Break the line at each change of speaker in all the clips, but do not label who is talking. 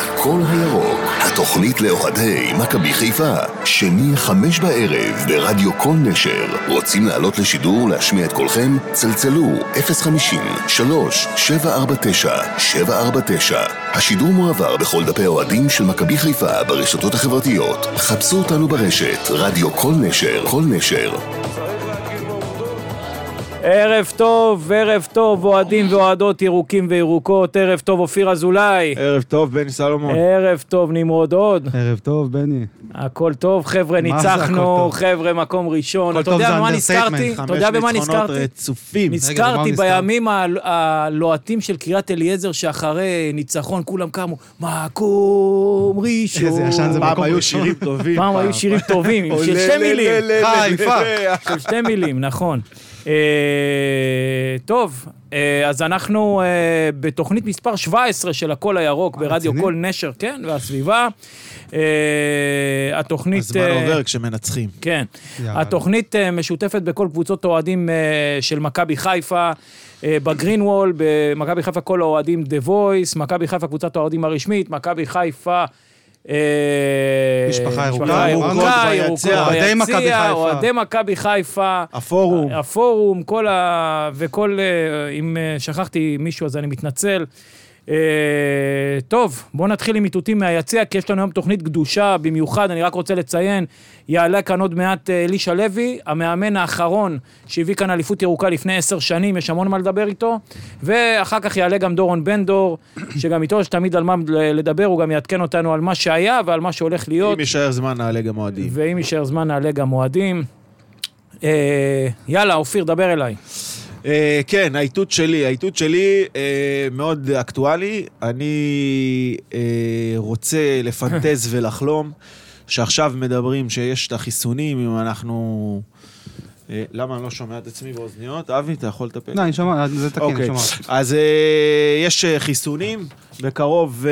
הקול הירוק, התוכנית לאוהדי מכבי חיפה, שני חמש בערב ברדיו כל נשר. רוצים לעלות לשידור להשמיע את קולכם? צלצלו 050-3749-749. השידור מועבר בכל דפי האוהדים של מכבי חיפה ברשתות החברתיות. חפשו אותנו ברשת, רדיו כל נשר, כל נשר.
ערב טוב, ערב טוב, אוהדים ואוהדות ירוקים וירוקות, ערב טוב אופיר אזולאי,
ערב טוב, בני סלומון.
ערב טוב נמרוד הוד,
ערב טוב, בני.
הכל טוב, חבר'ה
מה זה הכל
ניצחנו,
טוב?
חבר'ה מקום ראשון,
הכל
אתה
טוב
יודע
זה
במה נזכרתי?
אנדרסטייטמנט,
אתה יודע במה
חמש ניצחונות
נזכרתי?
רצופים.
אה, רגע, במה
נזכרתי
הוא
בימים ה- הלוהטים של קריית אליעזר שאחרי ניצחון כולם קמו, מקום ראשון.
איזה ישן זה
פעם
מקום
היו
ראשון.
שירים טובים.
פעם היו שירים טובים, עם של שתי מילים.
חיפה.
של שתי מילים, נכון. אה, טוב, אה, אז אנחנו אה, בתוכנית מספר 17 של הקול הירוק
אה,
ברדיו
רציני?
קול נשר, כן, והסביבה. אה, התוכנית...
הזמן
אה,
עובר כשמנצחים.
כן.
יאללה.
התוכנית אה, משותפת בכל קבוצות האוהדים אה, של מכבי חיפה, אה, בגרין וול, במכבי חיפה כל האוהדים דה וויס, מכבי חיפה קבוצת האוהדים הרשמית, מכבי חיפה... אה,
משפחה ירוקה, אה,
ירוקות
ירוקה,
ביציע,
ירוקות
אוהדי מכבי
ביציע,
חיפה.
אוהדי מכבי חיפה. אה,
הפורום.
הפורום, כל ה... וכל... אה, אם אה, שכחתי מישהו אז אני מתנצל. אה, טוב, בואו נתחיל עם איתותים מהיציע, כי יש לנו היום תוכנית גדושה במיוחד, אני רק רוצה לציין, יעלה כאן עוד מעט אה, אלישע לוי, המאמן האחרון שהביא כאן אליפות ירוקה לפני עשר שנים, יש המון מה לדבר איתו, ואחר כך יעלה גם דורון בן דור, שגם איתו יש תמיד על מה לדבר, הוא גם יעדכן אותנו על מה שהיה ועל מה שהולך להיות.
אם יישאר זמן, נעלה גם אוהדים.
ואם יישאר זמן נעלה גם אוהדים. אה, יאללה, אופיר, דבר אליי.
אה, כן, האיתות שלי, האיתות שלי אה, מאוד אקטואלי. אני אה, רוצה לפנטז ולחלום שעכשיו מדברים שיש את החיסונים, אם אנחנו... אה, למה אני לא שומע את עצמי באוזניות? אבי, אתה יכול לטפל?
לא, אני שומע, זה תקין, אני
אוקיי,
שומע.
אז אה, יש אה, חיסונים, בקרוב אה,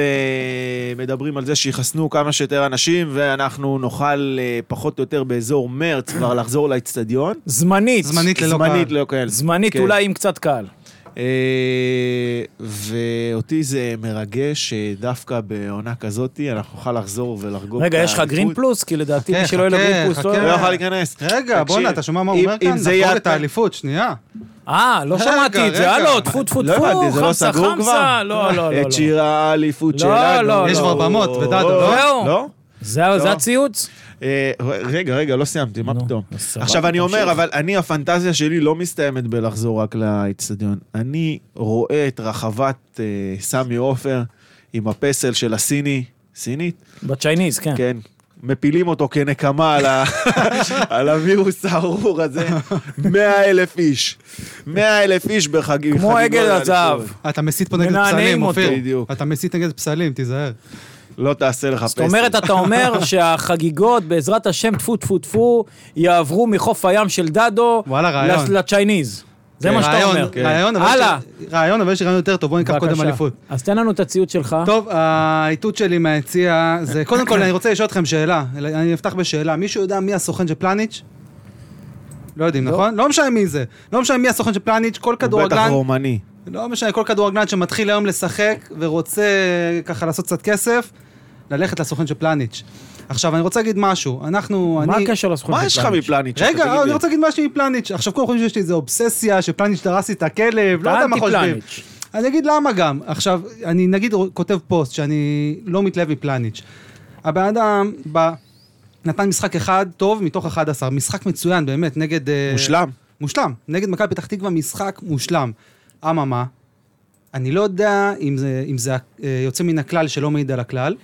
מדברים על זה שיחסנו כמה שיותר אנשים, ואנחנו נוכל אה, פחות או יותר באזור מרץ כבר לחזור לאצטדיון.
זמנית.
זמנית כן. ללא קהל.
זמנית לא כאלה.
זמנית אולי עם קצת קהל.
אה, ואותי זה מרגש שדווקא בעונה כזאת אנחנו נוכל לחזור ולחגוג.
רגע,
את
יש לך
האליפות.
גרין פלוס? כי לדעתי
חכה,
מי שלא יהיה לו
חכה,
גרין פלוס...
חכה.
לא-
לא יוכל להיכנס.
רגע,
תקשיב,
בואנה, אתה שומע מה הוא
אם-
אומר
אם
כאן?
זה
נחזור
יהיה
את
אתה-
האליפות, שנייה.
אה, לא
רגע,
שמעתי את זה,
רגע.
הלו, טפו טפו
לא הבנתי,
טפו,
זה לא
חמסה
סגור
חמסה.
כבר?
לא, לא, לא.
את
לא.
שיר האליפות
לא,
שלנו.
לא,
יש
לא.
כבר במות, ודדו,
זהו.
לא?
לא?
זה זה הציוץ?
אה, רגע, רגע, לא סיימתי, מה
נו,
פתאום?
אז סבבה,
עכשיו, אני
תמשיך.
אומר, אבל אני, הפנטזיה שלי לא מסתיימת בלחזור רק לאצטדיון. אני רואה את רחבת אה, סמי עופר עם הפסל של הסיני, סינית?
בצ'ייניז, כן.
כן. מפילים אותו כנקמה על, ה... על הווירוס הארור הזה. 100 אלף איש. 100 אלף איש בחגים.
כמו עגל הזהב.
אתה מסית פה נגד
מנענעים
פסלים,
אותו.
אופיר.
בדיוק.
אתה מסית נגד פסלים, תיזהר.
לא תעשה לך פסל.
זאת אומרת, אתה אומר שהחגיגות, בעזרת השם, טפו טפו טפו, יעברו מחוף הים של דדו
וואלה, רעיון.
לצ- לצ'ייניז. זה מה שאתה
רעיון,
אומר.
כן.
רעיון, אבל
הלאה.
יש- רעיון, אבל יש רעיון יותר טוב, בוא ניקח קודם
בבקשה.
אליפות.
אז תן לנו את הציוץ שלך.
טוב, האיתות שלי מהיציע זה, קודם כל אני רוצה לשאול אתכם שאלה, אני אפתח בשאלה, מישהו יודע מי הסוכן של פלניץ'? לא יודעים, נכון? לא משנה מי זה. לא משנה מי הסוכן של פלניץ', כל
הוא בטח
כדורגלן,
רומני.
לא משנה, כל כדורגלן שמתחיל היום לשחק ורוצה ככה לעשות קצת כסף, ללכת לסוכן של פלניץ'. עכשיו, אני רוצה להגיד משהו, אנחנו,
מה
אני...
הקשר לזכות
מה יש לך
בפלניץ'?
מפלניץ'?
רגע,
תגיד
אה, אני
לי.
רוצה להגיד משהו מפלניץ'. עכשיו, כולם חושבים שיש לי איזו אובססיה, שפלניץ' דרס לי את הכלב, לא יודע מה חושבים.
אנטי-פלניץ'.
אני אגיד למה גם. עכשיו, אני נגיד כותב פוסט שאני לא מתלהב מפלניץ'. הבן אדם בא, נתן משחק אחד טוב מתוך 11, משחק מצוין באמת, נגד... אה,
מושלם.
מושלם. נגד מכבי פתח תקווה משחק מושלם. אממה, אני לא יודע אם זה, אם זה אה, יוצא מן הכלל שלא מעיד על הכלל,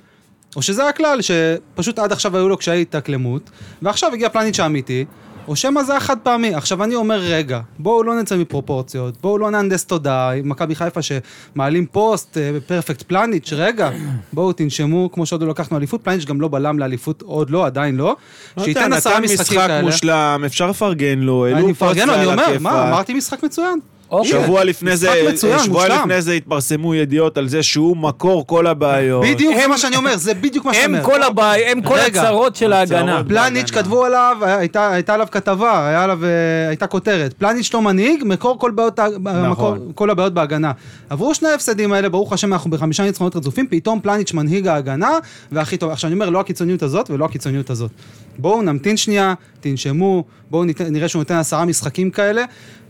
או שזה הכלל שפשוט עד עכשיו היו לו קשיי התאקלמות, ועכשיו הגיע פלניץ' האמיתי, או שמא זה החד פעמי. עכשיו אני אומר, רגע, בואו לא נצא מפרופורציות, בואו לא נהנדס תודעה, עם מכבי חיפה שמעלים פוסט, אה, פרפקט פלניץ', רגע, בואו תנשמו, כמו שעוד לא לקחנו אליפות, פלניץ' גם לא בלם לאליפות, עוד לא, עדיין לא. שייתן
נתן
עשרה משחקים
משחק
כאלה.
מושלם, אפשר לפרגן לו,
אני
העלו פוסט
מפרגן לו, אני
על
אומר,
הכיפאק.
מה, אמרתי משחק מצוין.
אוקיי.
שבוע לפני זה, אה,
משחק מצוין,
שבוע
מושלם.
לפני זה התפרסמו ידיעות על זה שהוא מקור כל הבעיות.
בדיוק זה מה שאני אומר, זה בדיוק מה שאתה
הם
אומר.
כל הבעיה, הם כל
רגע.
הצרות של ההגנה.
הצרות.
פלניץ' כתבו עליו, היה- הייתה הייתה עליו כתבה, היה עליו, אה, הייתה כותרת. פלניץ' לא מנהיג, מקור כל בעיות ה- מקור- כל הבעיות בהגנה. עברו שני ההפסדים האלה, ברוך השם, אנחנו בחמישה ניצחונות רצופים, פתאום פלניץ' מנהיג ההגנה, והכי טוב. עכשיו אני אומר, לא הקיצוניות הזאת ולא הקיצוניות הזאת. בואו נמתין שנייה, תנשמו, בואו ניתן- נראה שהוא נותן עשרה משחקים כאלה,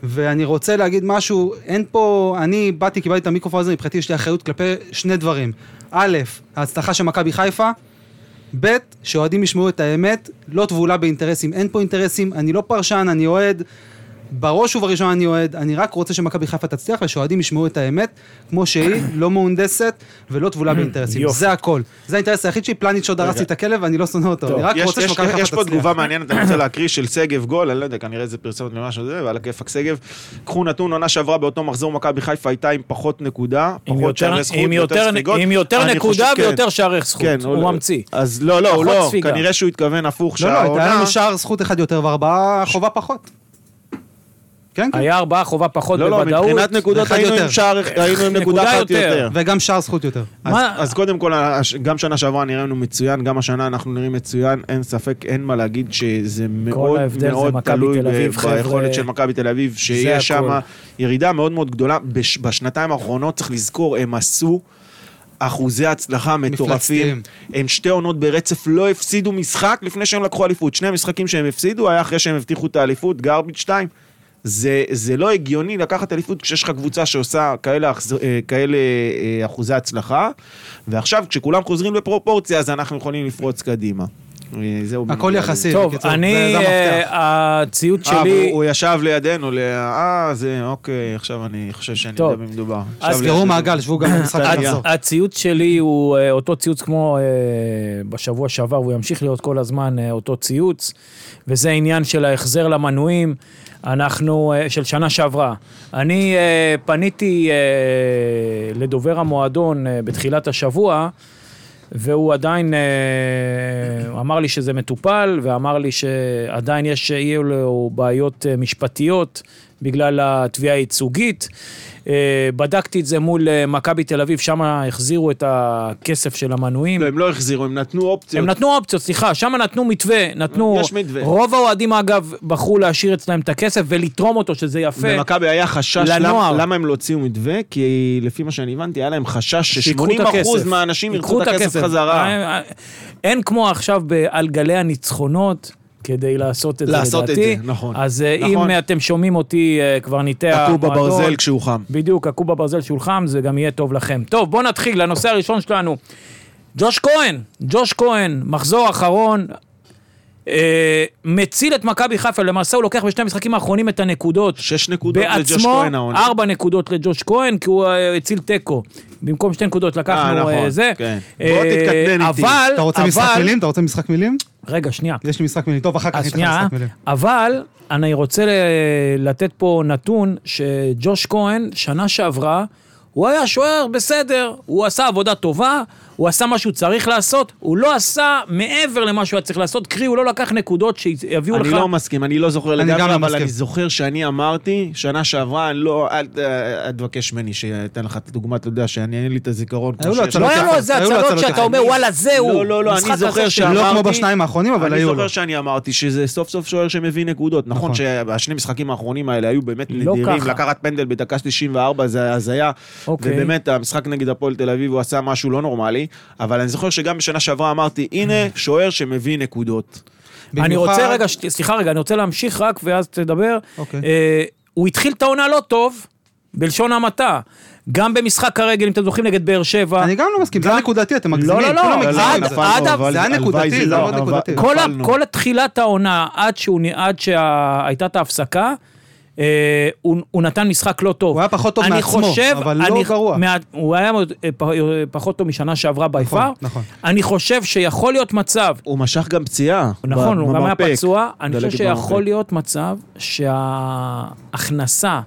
ואני רוצה להגיד משהו, אין פה, אני באתי, קיבלתי את המיקרופון הזה, מבחינתי יש לי אחריות כלפי שני דברים. א', ההצלחה של מכבי חיפה, ב', שאוהדים ישמעו את האמת, לא טבולה באינטרסים, אין פה אינטרסים, אני לא פרשן, אני אוהד, בראש ובראשון אני אוהד, אני רק רוצה שמכבי חיפה תצליח ושאוהדים ישמעו את האמת, כמו שהיא, לא מהונדסת ולא טבולה באינטרסים,
יופי.
זה הכל. זה האינטרס היחיד שלי, פלניץ' עוד הרס לי את הכלב ואני לא שונא אותו, אני רק
יש-
רוצה
יש-
שמכבי
יש
חיפה
פה
תצליח.
תגובה מעניינת, אני רוצה להקריא, של שגב גול, אני לא יודע, כנראה זה פרסומת למשהו זה, ועל הכיפאק שגב. קחו נתון, עונה שעברה באותו מחזור מכבי חיפה הייתה עם פחות נקודה,
עם
פחות
יותר-
שערי זכות,
עם יותר-
ספיגות.
עם יותר
אני
נקודה
חושב- כן.
ויותר שערי זכות.
כן,
הוא ממציא.
אז לא, לא, הוא
פחות
לא,
ספיגה.
כנראה שהוא התכוון הפוך,
לא, לא, היה
שהעונה...
לנו שער זכות אחד יותר וארבעה חובה פחות. כן, כן.
היה ארבעה חובה פחות
לא, לא,
בוודאות.
מבחינת נקודות
אחד
היינו עם
יותר.
שער, היינו עם נקודה
נקודה
אחת
יותר.
יותר.
וגם שער זכות יותר.
אז,
מה-
אז קודם כל, הש- גם שנה שעברה נראינו מצוין, גם השנה אנחנו נראים מצוין, אין ספק, אין מה להגיד שזה מאוד
ההבדל זה
מאוד
מכבי
תלוי
תל אביב,
ב- ביכולת
חבר'ה.
של מכבי תל אביב, שיש
הכל.
שם ירידה מאוד מאוד גדולה. בש, בשנתיים האחרונות, צריך לזכור, הם עשו אחוזי הצלחה מטורפים.
מפלצתיים.
הם שתי עונות ברצף, לא הפסידו משחק לפני שהם לקחו אליפות. שני המשחקים שהם הפסידו היה אחרי שהם הבטיחו את האליפות, גרביץ' 2. זה, זה לא הגיוני לקחת אליפות כשיש לך קבוצה שעושה כאלה, אחז- אה, כאלה אה, אחוזי הצלחה, ועכשיו כשכולם חוזרים לפרופורציה, אז אנחנו יכולים לפרוץ קדימה. אה, זהו.
הכל
בנוגע
יחסי.
לזה.
טוב,
בקיצור,
אני,
זה- זה
אה,
המפתח.
הציוד
אה,
שלי...
הוא- הוא ישב לידינו, ל- אה, זה, אוקיי, עכשיו אני חושב שאני
טוב.
יודע במי מדובר. עכשיו
אז
לידינו.
סגרו מעגל, שבו גם במשחק
הצ-
ונחזור.
הציוץ שלי הוא אה, אותו ציוץ כמו אה, בשבוע שעבר, והוא ימשיך להיות כל הזמן אה, אותו ציוץ, וזה עניין של ההחזר למנויים, אנחנו, אה, של שנה שעברה. אני אה, פניתי אה, לדובר המועדון אה, בתחילת השבוע, והוא עדיין אה, אמר לי שזה מטופל, ואמר לי שעדיין יש, יהיו לו בעיות אה, משפטיות בגלל התביעה הייצוגית. אה, בדקתי את זה מול אה, מכבי תל אביב, שם החזירו את הכסף של המנויים.
לא, הם לא החזירו, הם נתנו אופציות.
הם נתנו אופציות, סליחה, שם נתנו מתווה, נתנו...
יש מתווה.
רוב האוהדים, אגב, בחרו להשאיר אצלם את הכסף ולתרום אותו, שזה יפה.
במכבי היה חשש,
לנוער.
למה, למה הם לא הוציאו מתווה? כי לפי מה שאני הבנתי, היה להם חשש
שיקחו את
ש-80%
הכסף.
מהאנשים ירצו
ייקחו
את הכסף חזרה.
אה, אה, אין כמו עכשיו ב- על גלי הניצחונות. כדי לעשות את
לעשות את
זה, לדעתי.
זה, נכון. אז
אז אה,
נכון.
אם אתם שומעים אותי אה, קברניטי
תקעו
המועדון...
בברזל כשהוא חם.
בדיוק, הכו בברזל שהוא חם, זה גם יהיה טוב לכם. טוב, בואו נתחיל לנושא הראשון שלנו. ג'וש כהן, ג'וש כהן, מחזור אחרון, אה, מציל את מכבי חיפה, למעשה הוא לוקח בשני המשחקים האחרונים את הנקודות.
שש נקודות לג'וש
בעצמו,
כהן העונה.
ארבע נקודות לג'וש כהן, כי הוא אה, הציל תיקו. במקום שתי נקודות לקחנו
נכון,
אה, זה.
כן. בוא
אה,
תתקטנן איתי.
אבל,
אתה רוצה משחק
אבל-
מילים? אתה רוצה משחק מילים?
רגע, שנייה.
יש לי משחק מילים. טוב, אחר כך
אז
נדחה
שנייה,
משחק מילים.
אבל אני רוצה ל- לתת פה נתון שג'וש כהן, שנה שעברה, הוא היה שוער בסדר, הוא עשה עבודה טובה, הוא עשה מה שהוא צריך לעשות, הוא לא עשה מעבר למה שהוא היה צריך לעשות, קרי, הוא לא לקח נקודות שיביאו לך...
אני לא מסכים, אני לא זוכר
אני גם
לגמרי,
לא
אבל
מסכים.
אני זוכר שאני אמרתי, שנה שעברה, אני לא, אל ת- אל תבקש ממני שאתן לך את הדוגמה, אתה יודע, שאני אין לי את הזיכרון. כמו
היו לו
שיש
לא
הצלות
היה לו איזה
היו לו
הצלות
הצלות
שאתה
יחד.
אומר, וואלה, זהו.
לא, לא, לא,
משחק
אני זוכר
כזה של-
שאמרתי...
לא כמו בשניים האחרונים, אבל היו
אני
לו.
זוכר שאני אמרתי שזה סוף סוף שוער שמביא נקודות. נכון,
נכון.
שהשני משחקים האחרונים האלה היו באמת
לא
נדירים.
ככה.
לקחת פנדל בדקה 94 זה הזיה.
אוקיי.
ובאמת, המשחק נגד הפועל תל אביב, הוא עשה משהו לא נורמלי. אבל אני זוכר שגם בשנה שעברה אמרתי, הנה, שוער שמביא נקודות.
אני
במיוחד-
רוצה רגע, ש- סליחה רגע, אני רוצה להמשיך רק ואז תדבר.
אוקיי.
אה, הוא התחיל את העונה לא טוב, בלשון המעטה. גם במשחק הרגל, אם אתם זוכרים, נגד באר שבע.
אני גם לא מסכים, זה היה נקודתי, אתם מגזימים.
לא, לא,
כולם
לא,
מגזימים.
עד-
זה-
עד-
אבל
זה היה
הלוואי
נקודתי, זה
לא,
מאוד
אבל-
נקודתי.
כל, ה-
נפלנו.
כל תחילת העונה, עד, שהוא, נ- עד שהייתה את ההפסקה, אה, הוא, הוא נתן משחק לא טוב.
הוא היה פחות טוב
אני
מעצמו,
חושב,
אבל לא
אני,
גרוע.
מה, הוא היה מאוד, אה, פ, אה, פחות טוב משנה שעברה בי
נכון,
פאר.
נכון.
אני חושב שיכול להיות מצב,
הוא משך גם פציעה.
נכון, הוא גם היה
במרפק.
פצוע, אני
דלקת
חושב שיכול
במרפק.
להיות מצב שההכנסה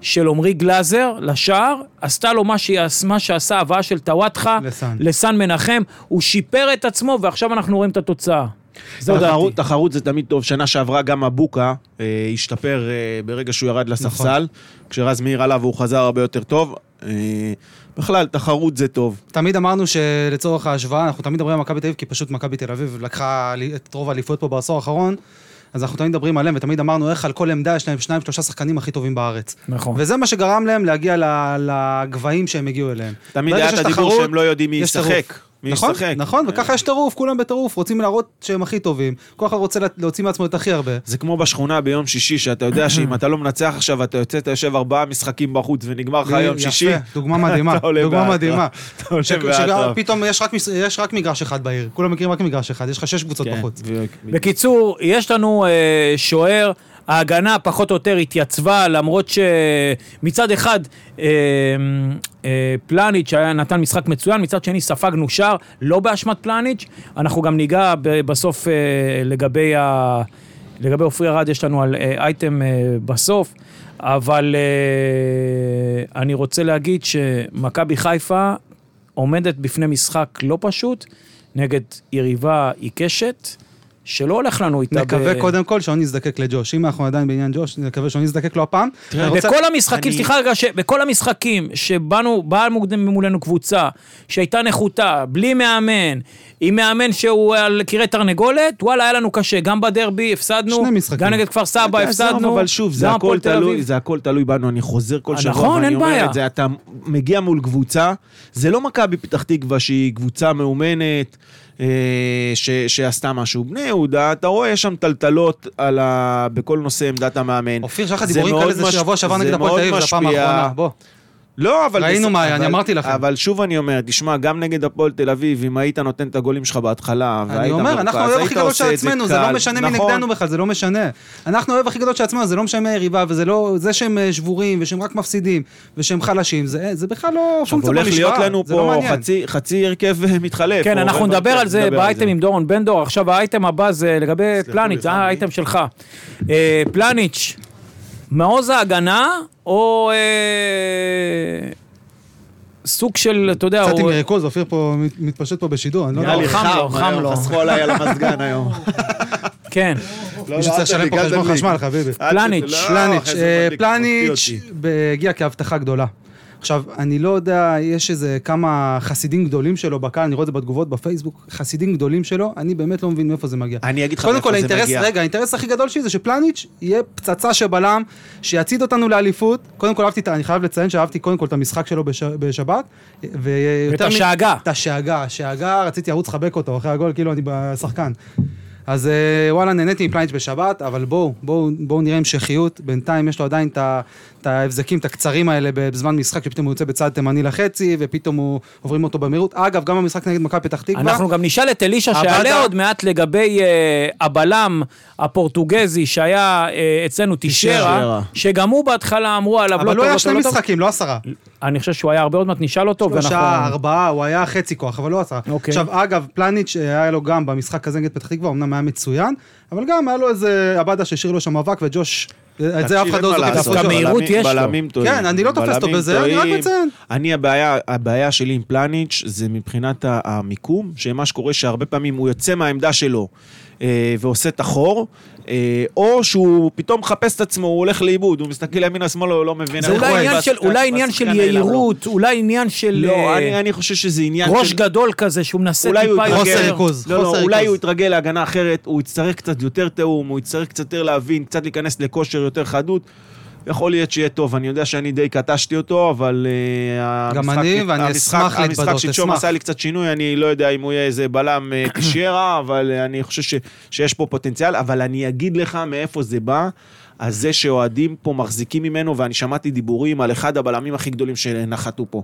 של עמרי גלאזר לשער, עשתה לו מה, שעש, מה שעשה ההבאה של טוואטחה
לסן.
לסן מנחם, הוא שיפר את עצמו ועכשיו אנחנו רואים את התוצאה. זו דעתי.
תחרות- תחרות זה תמיד טוב. שנה שעברה גם מבוקה אה, השתפר אה, ברגע שהוא ירד
נכון.
לספסל. כשרז מאיר עלה והוא חזר הרבה יותר טוב. אה, בכלל, תחרות זה טוב.
תמיד אמרנו שלצורך ההשוואה, אנחנו תמיד מדברים על מכבי תל אביב, כי פשוט מכבי תל אביב לקחה לי- את רוב האליפויות פה בעשור האחרון, אז אנחנו תמיד מדברים עליהם, ותמיד אמרנו איך על כל עמדה יש להם שניים, שלושה שחקנים הכי טובים בארץ.
נכון.
וזה מה שגרם להם להגיע ל- לגבהים שהם הגיעו אליהם.
תמיד
ברגע
היה את
שיש
הדיבור
תחרות,
שהם לא יודעים מי
יש
ישחק.
טירוף.
מי
נכון,
ישחק. אה.
נכון, וככה יש טירוף, כולם בטירוף, רוצים להראות שהם הכי טובים. כל אחד רוצה לה- להוציא מעצמו את הכי הרבה.
זה כמו בשכונה ביום שישי, שאתה יודע שאם אתה לא מנצח עכשיו, אתה יוצא, אתה יושב ארבעה משחקים בחוץ ונגמר לך יום
אה, יפה,
שישי.
דוגמה מדהימה,
אתה עולה
דוגמה
באטרף.
מדהימה.
אתה עולה
ש-
באטרף.
שפתאום יש רק מס- יש רק מגרש אחד בעיר, כולם מכירים רק מגרש אחד, יש לך שש קבוצות
כן,
בחוץ.
בדיוק.
בקיצור, יש לנו אה, שוער, ההגנה פחות או יותר התייצבה, למרות שמצד אחד אה, אה, פלניץ' היה נתן משחק מצוין, מצד שני ספגנו שער, לא באשמת פלניץ', אנחנו גם ניגע ב- בסוף אה, לגבי ה... לגבי עופרי ארד יש לנו על אה, אייטם אה, בסוף, אבל אה, אני רוצה להגיד שמכבי חיפה עומדת בפני משחק לא פשוט, נגד יריבה עיקשת, שלא הולך לנו איתה...
נקווה קודם כל שלא נזדקק לג'וש. אם אנחנו עדיין בעניין ג'וש, נקווה שלא נזדקק לו הפעם.
תראה,
אני רוצה-
בכל המשחקים,
אני-
סליחה רגע, ש- בכל המשחקים שבאנו, באה מוקדם מולנו קבוצה שהייתה נחותה, בלי מאמן, עם מאמן שהוא על קירי תרנגולת, וואלה, היה לנו קשה. גם בדרבי הפסדנו,
שני משחקים.
גם נגד כפר סבא הפסדנו,
אבל שוב, זה
גם
הכל
הפועל תל
תלוי,
אביב.
זה הכל תלוי בנו, אני חוזר כל
אה,
שבוע,
נכון, אין
ואני
בעיה.
אומר את זה, אתה מגיע מול קבוצה, זה לא מכבי פתח תקווה שהיא קבוצה מאומנת, אה, ש- שעשתה משהו. בני יהודה, אתה רואה, יש שם טלטלות על ה- בכל נושא עמדת המאמן.
אופיר, יש לך
זה
דיבורים
מאוד
כאלה זה
מש-
שבוע שעבר
זה
נגד הפועל
מאוד
תל אביב, זה הפעם
משפיע.
האחרונה. בוא.
לא, אבל...
ראינו מה היה,
אבל-
אני אמרתי לכם.
אבל שוב אני אומר, תשמע, גם נגד הפועל תל אביב, אם היית נותן את הגולים שלך בהתחלה,
אני
והיית
אומר,
מרכז,
אנחנו האויב הכי
היית
גדול
עושה
של
את
עצמנו, זה לא
קל.
משנה מי
נכון.
נגדנו בכלל, זה לא משנה. אנחנו האויב הכי גדול של עצמנו, זה לא משנה מי היריבה, וזה לא... זה שהם אה, שבורים, ושהם רק מפסידים, ושהם חלשים, זה זה בכלל לא
עכשיו,
פונקציה
הולך להיות
במשוואה,
לנו
זה לא
פה
מעניין.
חצי- חצי הרכב אה, מתחלף.
כן,
או
אנחנו
רבע
נדבר
הרכב,
על זה באייטם
זה.
עם דורון בן דור. עכשיו, האייטם הבא זה לגבי פלניץ', זה האייטם שלך. אה, פלניץ', מעוז ההגנה, או אה, סוג של, אתה יודע,
קצת עם
הוא...
ריכוז, אופיר פה מת- מתפשט פה בשידור, אני לא
נראה
יודע.
לי
חם לו,
חם,
חם
היום,
לו.
חסכו עליי על המזגן היום.
כן.
מישהו צריך לשלם פה חשבון חשמל, חביבי.
פלניץ',
לא,
פלניץ', אה, פלניץ' ב- הגיע כהבטחה גדולה. עכשיו, אני לא יודע, יש איזה כמה חסידים גדולים שלו בקהל, אני רואה את זה בתגובות בפייסבוק, חסידים גדולים שלו, אני באמת לא מבין מאיפה זה מגיע.
אני אגיד לך
קודם
מאיפה
כל,
זה
האינטרס,
מגיע.
רגע, האינטרס הכי גדול שלי זה שפלניץ' יהיה פצצה שבלם, שיצעיד אותנו לאליפות. קודם כל, אהבתי, את ה- אני חייב לציין שאהבתי קודם כל את המשחק שלו בש- בשבת. ויותר
ואת
מ-
השאגה.
את השאגה, השאגה, רציתי לרוץ לחבק אותו אחרי הגול, כאילו אני בשחקן. אז אה, וואלה, נהניתי מפלניץ' בשבת, אבל בואו, בואו בואו נראה המשכיות. בינתיים יש לו עדיין את ה- את ההבזקים, את הקצרים האלה בזמן משחק, שפתאום הוא יוצא בצד תימני לחצי, ופתאום הוא עוברים אותו במהירות. אגב, גם במשחק נגד מכבי פתח תקווה.
אנחנו גם נשאל את אלישע
עבדה.
שיעלה עוד מעט לגבי אה, הבלם הפורטוגזי שהיה אה, אצלנו טישרה,
טישרה.
שגם הוא בהתחלה אמרו עליו לא טוב,
אבל
לא
הוא היה
טוב,
שני
לא טוב.
משחקים, לא עשרה.
אני חושב שהוא היה הרבה, עוד מעט נשאל אותו,
שלושה,
ואנחנו...
ארבעה, הוא היה חצי כוח, אבל לא עשרה.
אוקיי.
עכשיו, אגב, פלניץ' אה, היה לו גם במשחק הזה נגד פתח תקווה, אמנם היה מצוין, אבל גם היה לו איזה עבדה שהשאיר לו שם מאבק, וג'וש, את זה אף אחד לא זוכר. את
לעשות.
הפרוטוקול.
דווקא מהירות יש לו.
כן, אני לא תופס אותו בזה, אני רק מציין.
אני, הבעיה, הבעיה שלי עם פלניץ' זה מבחינת ה- המיקום, שמה שקורה שהרבה פעמים הוא יוצא מהעמדה שלו אה, ועושה את החור, אה, או שהוא פתאום מחפש את עצמו, הוא הולך לאיבוד, הוא מסתכל ימינה שמאלה, הוא לא מבין.
זה
איך
אולי
הוא
עניין
אוהב,
של-
והשחקן-
אולי עניין של
והשחקן נעלם לו.
יהירות, אולי עניין של
לא,
אה,
אני אני חושב שזה עניין
ראש
של...
גדול כזה, שהוא מנסה
אולי הוא
טיפה
יתרגל-
חוסר
יותר.
ריכוז,
לא,
חוסר
לא, אולי
ריכוז.
הוא יתרגל להגנה אחרת, הוא יצטרך קצת יותר תיאום, הוא יצטרך קצת יותר להבין, קצת להיכנס לכושר יותר חדות. יכול להיות שיהיה טוב, אני יודע שאני די קטשתי אותו, אבל... אה,
גם
המשחק-
אני, ואני
המשחק-
אשמח להתבדות,
המשחק שלשום
אשמח.
עשה לי קצת שינוי, אני לא יודע אם הוא יהיה איזה בלם אה, קישיירה, אבל אה, אני חושב ש- שיש פה פוטנציאל, אבל אני אגיד לך מאיפה זה בא. אז זה שאוהדים פה מחזיקים ממנו, ואני שמעתי דיבורים על אחד הבלמים הכי גדולים שנחתו פה.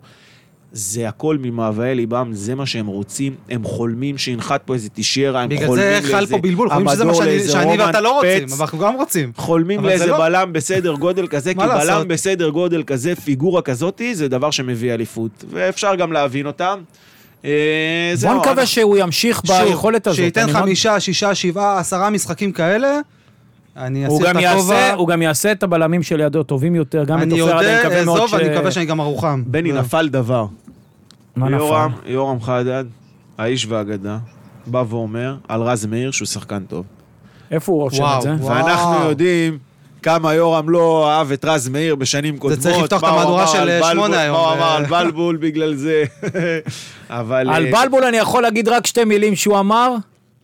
זה הכל ממאוויי ליבם, זה מה שהם רוצים. הם חולמים שינחת פה איזה תישיירה, הם
בגלל
חולמים
זה
לאיזה...
חל פה בלבול, חושבים שזה מה
עמדור,
שאני-
לאיזה
שאני
רומן
ואתה לא רוצים,
פץ.
אבל אנחנו גם רוצים.
חולמים
אבל זה
לאיזה
לא-
בלם בסדר גודל כזה, כי
מה לעשות?
בלם בסדר גודל כזה, פיגורה כזאתי, זה דבר שמביא אליפות. ואפשר גם להבין אותם. אה, זהו,
בוא נקווה
אנחנו-
שהוא ימשיך ביכולת הזאת.
לא, שייתן
אני מאוד-
חמישה, שישה, שבעה, עשרה משחקים כאלה, אני
הוא
אסיר את
גם יעשה-
הכובע.
הוא גם יעשה את הבלמים שלידו טובים יותר, גם את
אני
עופר עדיין
יודע,
מקווה מאוד ש...
אעזוב, אני מקווה שאני גם ארוחם. לא,
בני,
זהו.
נפל דבר.
מה נפל?
יורם, יורם חדד, האיש והאגדה, בא ואומר על רז מאיר שהוא שחקן טוב.
איפה הוא רושם
וואו,
את זה?
וואו.
ואנחנו יודעים כמה יורם לא אהב את רז מאיר בשנים קודמות.
צריך לפתוח את
מה הוא
המהדורה
אמר
של אה,
על בלבול-
שמונה היום.
מה הוא אמר על בלבול בגלל זה. אבל...
על
אה,
בלבול אני יכול להגיד רק שתי מילים שהוא אמר?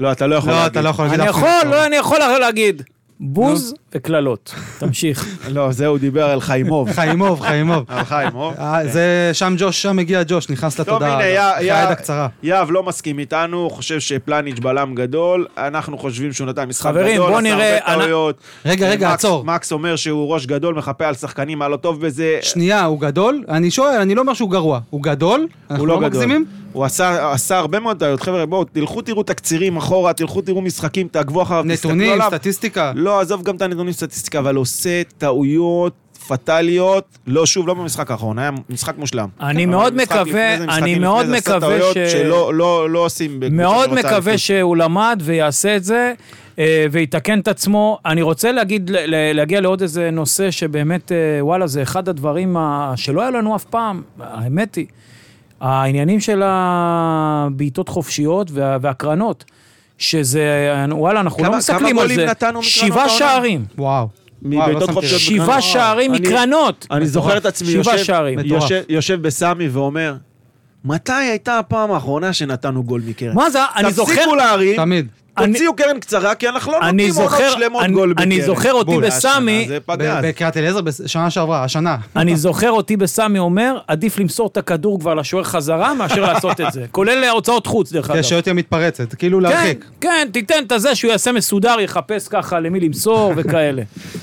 לא, אתה לא יכול
לא,
להגיד.
אתה לא יכול להגיד
אני
אף אחד.
יכול, לא, אני יכול להגיד. בוז וקללות. תמשיך.
לא, זה הוא דיבר על חיימוב.
חיימוב, חיימוב.
על חיימוב.
אה, זה שם ג'וש, שם הגיע ג'וש, נכנס
טוב,
לתודעה.
הנה,
אגב.
יא- יא-
אחרי יד הקצרה.
יהב לא מסכים איתנו, הוא חושב שפלניץ' בלם גדול, אנחנו חושבים שהוא נתן משחק
חברים,
גדול,
בוא
עשה
נראה,
הרבה
אנ-
טעויות.
רגע, רגע,
אה, מקס-
עצור.
מקס אומר שהוא ראש גדול, מחפה על שחקנים, מה לא טוב בזה.
שנייה, הוא גדול? אני שואל, אני לא אומר שהוא גרוע. הוא גדול?
הוא
אנחנו
לא
לא
גדול.
מגזימים?
הוא עשה, עשה הרבה מאוד טעויות. חבר'ה, בואו, תלכו תראו תקצירים אחורה, תלכו תראו משחקים, תעקבו אחריו, תסתכלו
נתונים,
עליו.
סטטיסטיקה.
לא, עזוב גם את הנתונים סטטיסטיקה, אבל הוא עושה טעויות פטאליות. לא, שוב, לא במשחק האחרון, היה משחק מושלם.
אני
אבל
מאוד
משחק
מקווה-
לפני זה, משחקים
אני
לפני
מאוד
זה, עשה
מקווה
טעויות
ש-
שלא לא- לא עושים בקבוצה
מאוד
שרוצה
מקווה
אליפות.
שהוא למד ויעשה את זה אה, ויתקן את עצמו. אני רוצה להגיד, ל- ל- להגיע לעוד איזה נושא שבאמת, אה, וואלה, זה אחד הדברים ה- שלא היה לנו אף פעם, האמת היא. העניינים של הבעיטות חופשיות וה- והקרנות, שזה, וואלה, אנחנו
כמה-
לא
כמה
מסתכלים על
גולים
זה.
נתנו מקרנות
שבעה
העונה?
שערים.
וואו.
מבעיטות
וואו, לא שמתי לב.
חופשיות מקרנות.
שבעה שערים
אני-
מקרנות.
אני זוכר את עצמי
שבעה
יושב-
שערים.
מטורף.
יושב- יושב בסמי ואומר, מתי הייתה הפעם האחרונה שנתנו גול מקרן?
מה זה, אני זוכר...
תפסיקו להרים,
תמיד.
תוציאו קרן קצרה, כי אנחנו לא
אני
נותנים עונות
זוכר,
שלמות
אני,
גול בקרן. אה,
אני זוכר אותי
בול,
בסמי,
זה פגז.
ב- בקריית אליעזר בשנה שעברה, השנה.
אני זוכר אותי בסמי אומר, עדיף למסור את הכדור כבר לשוער חזרה מאשר לעשות את זה. כולל הוצאות חוץ, דרך אגב.
יש יותר מתפרצת, כאילו
כן,
כן, להרחיק.
כן, תיתן את הזה שהוא יעשה מסודר, יחפש ככה למי למסור וכאלה.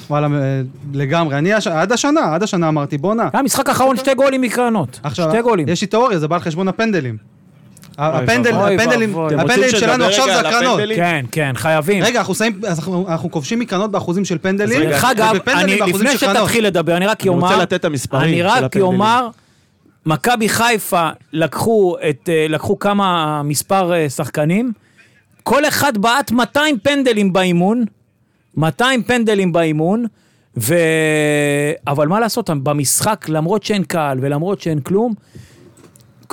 וואלה, אה, לגמרי. אני הש- עד השנה, עד השנה אמרתי, בואנה.
היה משחק אחרון, שתי גולים מקרנות.
עכשיו,
כן. שתי גולים.
יש לי תיאוריה, זה בא על חשבון הפנדלים. ה-
אוי
הפנדל-
ואבוי.
הפנדלים
אוי ואבוי.
אתם
הפנדלים
רוצים
שלנו
שנדבר
עכשיו
רגע
זה
על
הקרנות.
הפנדלים?
כן, כן, חייבים.
רגע, אנחנו שמים, אז אנחנו אנחנו כובשים מקרנות באחוזים של פנדלים.
דרך אגב,
ובפנדלים
אני-
באחוזים
לפני
של קרנות.
שתתחיל לדבר, אני רק
אני
אומר...
רוצה לתת את המספרים
אני
של
רק
הפנדלים.
אומר, מכבי חיפה לקחו את, אה, לקחו כמה מספר אה, שחקנים, כל אחד בעט 200 פנדלים באימון, 200 פנדלים באימון, ו... אבל מה לעשות, במשחק, למרות שאין קהל ולמרות שאין כלום,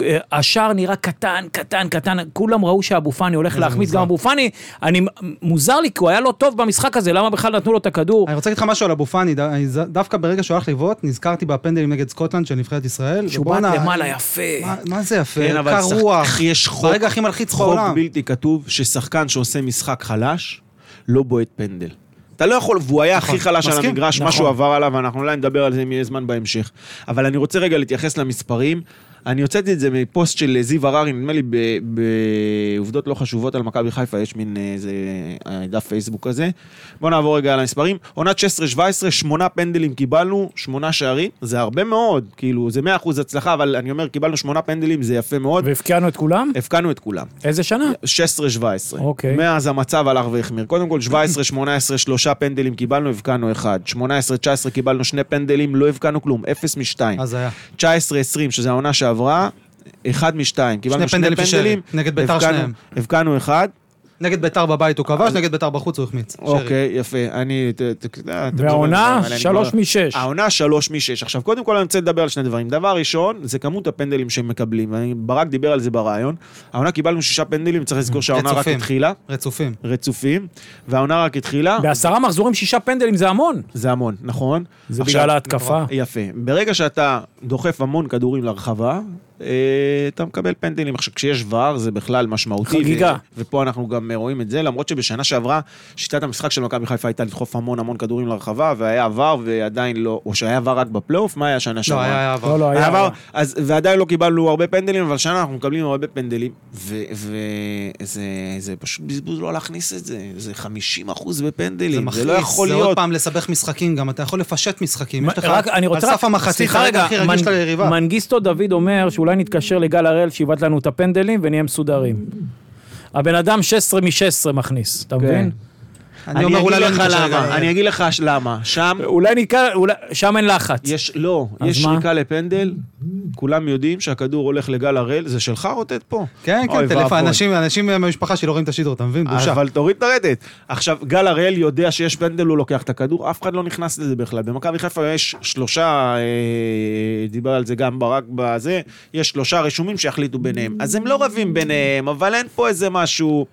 אה, השער נראה קטן, קטן, קטן, כולם ראו שאבו פאני הולך להחמיץ, גם אבו פאני, אני, מוזר לי, כי הוא היה לא טוב במשחק הזה, למה בכלל נתנו לו את הכדור?
אני רוצה להגיד לך משהו על אבו פאני, ד- אני ז- דווקא ברגע שהוא הלך לבעוט, נזכרתי בפנדלים נגד סקוטלנד של נבחרת ישראל.
שהוא בעט
ובואנה,
למעלה יפה.
מה- מה זה יפה?
כן, אבל
קר
שחק-
רוח.
אחי, יש חוק,
ברגע הכי מלחיץ
חוק
בעולם.
בלתי כתוב, ששחקן שעושה משחק חלש, לא בועט פנדל. אתה לא יכול, והוא היה הכי חלש על
מסכים,
המגרש, מה
נכון.
שהוא עבר עליו, אנחנו אולי נדבר על זה אם יהיה זמן בהמשך. אבל אני רוצה רגע להתייחס למספרים. אני הוצאתי את זה מפוסט של זיו הררי, נדמה לי ב- בעובדות לא חשובות על מכבי חיפה, יש מין אה, איזה אה, דף פייסבוק כזה. בואו נעבור רגע על המספרים. עונת 16-17, שמונה פנדלים קיבלנו, שמונה שערים, זה הרבה מאוד, כאילו, זה 100% הצלחה, אבל אני אומר, קיבלנו שמונה פנדלים, זה יפה מאוד.
והבקיענו את כולם?
אה,
הפקענו את כולם.
איזה שנה?
16-17.
אוקיי.
מאז המצב הלך והחמיר. קודם כל, 17-18, שלושה פנדלים קיבלנו, הבקענו אחד. 18-19 קיבלנו שני פנדלים, לא הבקענו כלום, אפס משתיים.
אז היה.
19-20, שזה העונה שעברה, אחד משתיים. קיבלנו שני
פנדלים
פנדלים.
שרי, נגד ביתר
הבקענו-
שניהם.
הבקענו אחד,
נגד ביתר בבית הוא כבש, נגד ביתר בחוץ הוא החמיץ. שרי.
אוקיי, יפה. אני... ת- ת- ת- אה, אתם
והעונה,
זוכרים, אבל אני
שלוש
כבר-
משש.
העונה שלוש משש. עכשיו, קודם כל אני רוצה לדבר על שני דברים. דבר ראשון, זה כמות הפנדלים שהם מקבלים. ואני- ברק דיבר על זה בריאיון. העונה קיבלנו שישה פנדלים, צריך לזכור שהעונה רק
Mm. רצופים.
התחילה.
רצופים.
רצופים, והעונה רק
אה.
התחילה,
בעשרה מחזורים שישה פנדלים זה המון.
זה המון, נכון?
זה
עכשיו,
בגלל ההתקפה.
יפה. ברגע שאתה דוחף המון כדורים לרחבה, אה, אתה מקבל פנדלים. עכשיו, כשיש ור זה בכלל משמעותי.
חגיגה.
ו- ופה אנחנו גם אה, רואים את זה, למרות שבשנה שעברה, שיטת המשחק של מכבי חיפה הייתה לדחוף המון המון כדורים לרחבה, והיה ור ועדיין לא, או שהיה ור רק בפלייאוף, מה היה שנה
לא,
שעברה?
היה היה
לא,
עבר.
לא, היה...
היה עבר, אז, ועדיין לא קיבלנו הרבה פנדלים, אבל שנה אנחנו מקבלים הרבה פנדלים, וזה פשוט בזבוז לא להכניס את זה, זה 50 אחוז בפנדלים, זה, זה לא יכול
זה עוד
להיות.
פעם לסבך משחקים גם, אתה יכול לפשט משחקים. יש לך
רק, אני רוצה...
על
רק-
סף המחצית,
סליחה
הרגע
רגע,
הכי רגיש
מנ-
ליריבה.
מנגיסטו דוד אומר שאולי נתקשר לגל הראל שיבעט לנו את
כן.
הפנדלים ונהיה מסודרים. הבן אדם 16 מ-16 מכניס, אתה מבין?
אני אומר,
אגיד
אולי לא
לך
נתקשר
למה,
גם.
אני אגיד לך ש- למה. שם
אולי ניקה, אולי... שם אין לחץ.
יש, לא,
אה, אז
יש
מה?
שריקה לפנדל, כולם יודעים שהכדור הולך לגל הראל, זה שלך רוטט פה?
כן,
אוי
כן, טלפון,
ואבוי.
אנשים אנשים מהמשפחה שלי לא רואים את השידור, אתה מבין? בושה.
אבל תוריד את הרדת. עכשיו, גל הראל יודע שיש פנדל, הוא לוקח את הכדור, אף אחד לא נכנס לזה בכלל. במכבי חיפה יש שלושה, אה, דיבר על זה גם ברק בזה, יש שלושה רשומים שיחליטו ביניהם. אז הם לא רבים ביניהם, אבל אין פה איזה משהו...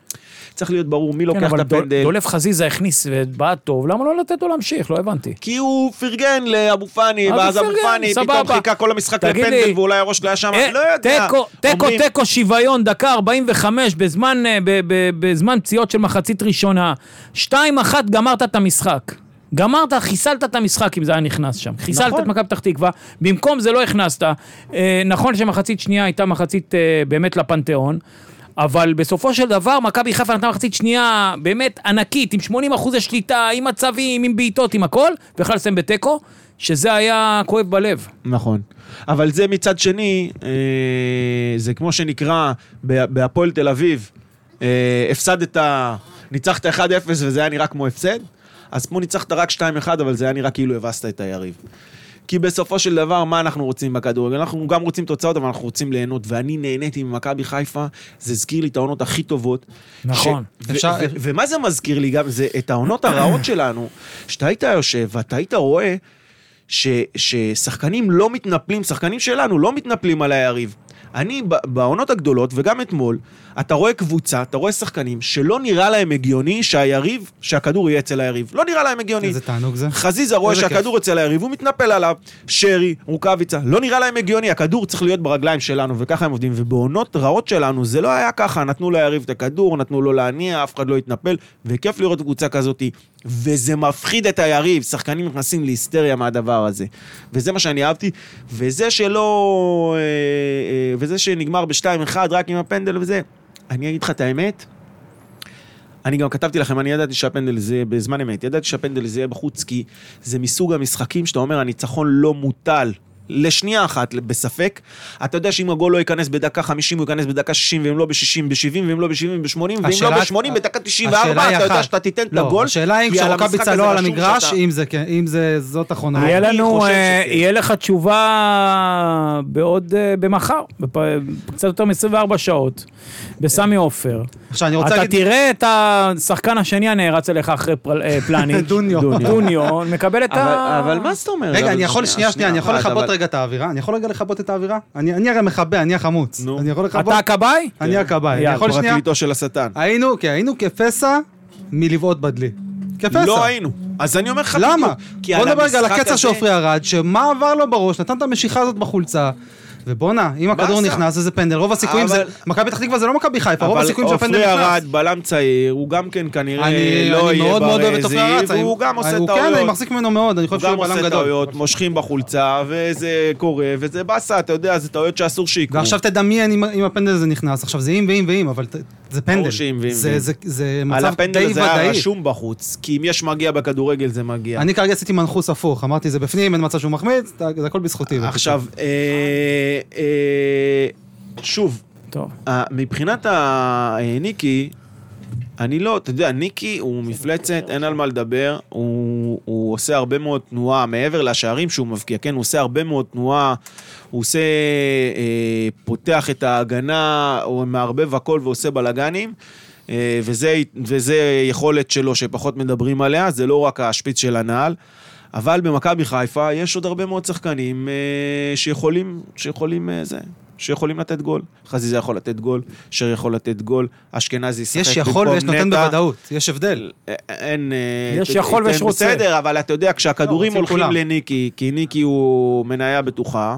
צריך להיות ברור מי
כן,
לוקח את
אבל דול-
הפנדל.
דולף חזיזה הכניס ובעט טוב, למה לא לתת לו להמשיך? לא הבנתי.
כי הוא פרגן לאבו פאני,
אז
ואז
הוא
אבו
פרגן,
פאני פתאום
סבבה.
חיכה כל המשחק
תגיד לי,
לפנדל, ואולי הראש לא היה שם,
אה,
לא יודע.
תיקו, תיקו,
אומרים,
תיקו, שוויון, דקה 45 בזמן, אה, ב- ב- בזמן פציעות של מחצית ראשונה. 2-1 גמרת את המשחק. גמרת, חיסלת את המשחק אם זה היה נכנס שם. חיסלת
נכון.
את מכבי פתח תקווה, במקום זה לא הכנסת. אה, נכון שמחצית שנייה הייתה מחצית אה, באמת לפנתיאון, אבל בסופו של דבר מכבי חיפה נתנה מחצית שנייה באמת ענקית, עם 80 אחוזי שליטה, עם מצבים, עם בעיטות, עם הכל, ויכולה לסיים בתיקו, שזה היה כואב בלב.
נכון. אבל זה מצד שני, אה, זה כמו שנקרא ב- בהפועל תל אביב, אה, הפסדת, ניצחת 1-0 וזה היה נראה כמו הפסד, אז פה ניצחת רק 2-1, אבל זה היה נראה כאילו הבסת את היריב. כי בסופו של דבר, מה אנחנו רוצים בכדורגל? אנחנו גם רוצים תוצאות, אבל אנחנו רוצים ליהנות. ואני נהניתי ממכבי חיפה, זה הזכיר לי את העונות הכי טובות.
נכון.
ו-
אפשר-
ו- ומה זה מזכיר לי גם? זה את העונות הרעות שלנו, שאתה היית יושב ואתה היית רואה ש, ששחקנים לא מתנפלים, שחקנים שלנו לא מתנפלים על היריב. אני, ב- בעונות הגדולות, וגם אתמול, אתה רואה קבוצה, אתה רואה שחקנים, שלא נראה להם הגיוני שהיריב, שהכדור יהיה אצל היריב. לא נראה להם הגיוני.
איזה תענוג זה.
חזיזה רואה
איזה
שהכדור אצל היריב, הוא מתנפל עליו, שרי, רוקאביצה, לא נראה להם הגיוני, הכדור צריך להיות ברגליים שלנו, וככה הם עובדים. ובעונות רעות שלנו זה לא היה ככה, נתנו ליריב את הכדור, נתנו לו להניע, אף אחד לא התנפל, וכיף לראות קבוצה כזאת. וזה מפחיד את היריב, שחקנים נכנסים להיסטריה מהדבר הזה. וזה מה שאני אהבתי, וזה שלא... אה, אה, וזה שנגמר ב-2-1 רק עם הפנדל וזה. אני אגיד לך את האמת, אני גם כתבתי לכם, אני ידעתי שהפנדל זה יהיה בזמן אמת, ידעתי שהפנדל זה יהיה בחוץ, כי זה מסוג המשחקים שאתה אומר, הניצחון לא מוטל. לשנייה אחת, בספק. אתה יודע שאם הגול לא ייכנס בדקה 50, הוא ייכנס בדקה 60, ואם לא ב-60, ב-70, ואם לא ב-70, ב-80, ואם לא
השאלה-
ב-80, בדקה
השאלה
94,
היא
אתה יודע
אחת.
שאתה תיתן את
לא,
הגול.
השאלה היא אם
כי על המשחק
כשרוקאביצה
הזה
לא על
רשום
המגרש,
שאתה-
אם זה כן- אם זה זאת
יהיה
הכרונולוגיה.
אני
לנו,
חושב
אה,
שכן.
יהיה לך תשובה בעוד, אה, במחר, בפ- קצת יותר מ-24 שעות, בסמי עופר.
עכשיו, אני רוצה
אתה
להגיד...
תראה את השחקן השני הנערץ אליך אחרי פרל- אה, פלניץ',
דוניו.
דוניו, מקבל את ה...
אבל אבל מה זאת אומרת?
רגע,
אבל
אני יכול, שנייה, שנייה, אני יכול
אז
לכבות
אבל-
רגע את האווירה? אני יכול רגע לכבות את האווירה? אני אני הרי מכבה, אני החמוץ.
נו.
אני יכול
אתה
לכבות?
הכבאי?
כן.
אני הכבאי. אני
יאללה,
יכול שנייה?
פרקליטו של השטן.
היינו, כן, היינו כפסע מלבעוט בדלי. כפסע.
לא היינו. אז אני אומר לך...
אה, למה?
בדיוק, כי
בוא
על
נדבר רגע על
המשחק
הקצר
הזה-
של עופרי ארד, שמה עבר לו בראש, נתן את המשיכה הזאת בחולצה. ובואנה, אם
באסה.
הכדור נכנס, איזה פנדל. רוב הסיכויים זה...
אבל-
מכבי פתח תקווה זה לא מכבי חיפה, רוב
אבל
הסיכויים שהפנדל
עופרי
נכנס.
ארד, בלם צעיר, הוא גם כן כנראה
אני
לא
אני
יהיה
מאוד מאוד אוהב את
ברזי,
עופרי ארד.
והוא גם עושה טעויות.
כן, אני מחזיק ממנו מאוד, אני
הוא
חושב
גם
שהוא בלם
עושה
גדול.
טעויות, מושכים בחולצה, וזה קורה, וזה באסה, אתה יודע, זה טעויות שאסור שיקרו.
ועכשיו תדמיין אם- אם הפנדל הזה נכנס. עכשיו זה אם ואם ואם, אבל ת- זה פנדל.
שאם ואם
זה-
ואם.
זה- זה
על
מצב
הפנדל
די
הזה היה
ודאי.
רשום בחוץ, כי אם יש מגיע בכדורגל זה מגיע.
אני כרגע עשיתי מנחוס הפוך, אמרתי זה בפנים, אין מצב שהוא מחמיץ, זה הכל בזכותי.
עכשיו, אה, אה, שוב,
טוב.
אה, מבחינת ה- אה, ניקי, אני לא, אתה יודע, ניקי הוא מפלצת, אין על מה לדבר, הוא, הוא עושה הרבה מאוד תנועה מעבר לשערים שהוא מבקיע, כן, הוא עושה הרבה מאוד תנועה, הוא עושה, אה, פותח את ההגנה, הוא מערבב הכל ועושה בלאגנים. אה, וזה, וזה יכולת שלו שפחות מדברים עליה, זה לא רק השפיץ של הנעל. אבל במכבי חיפה יש עוד הרבה מאוד שחקנים אה, שיכולים, שיכולים אה, זה, שיכולים לתת גול. חזיזה יכול לתת גול, שר יכול לתת גול, אשכנזי ישחק
יש יכול ויש נותן
נטע.
בוודאות, יש הבדל.
אה, אין... אה,
יש
אתה-
יכול
אתה-
ויש רוצה. לא,
בסדר, אבל אתה יודע, כשהכדורים
רוצים
הולכים
כולם.
לניקי, כי ניקי הוא מניה בטוחה,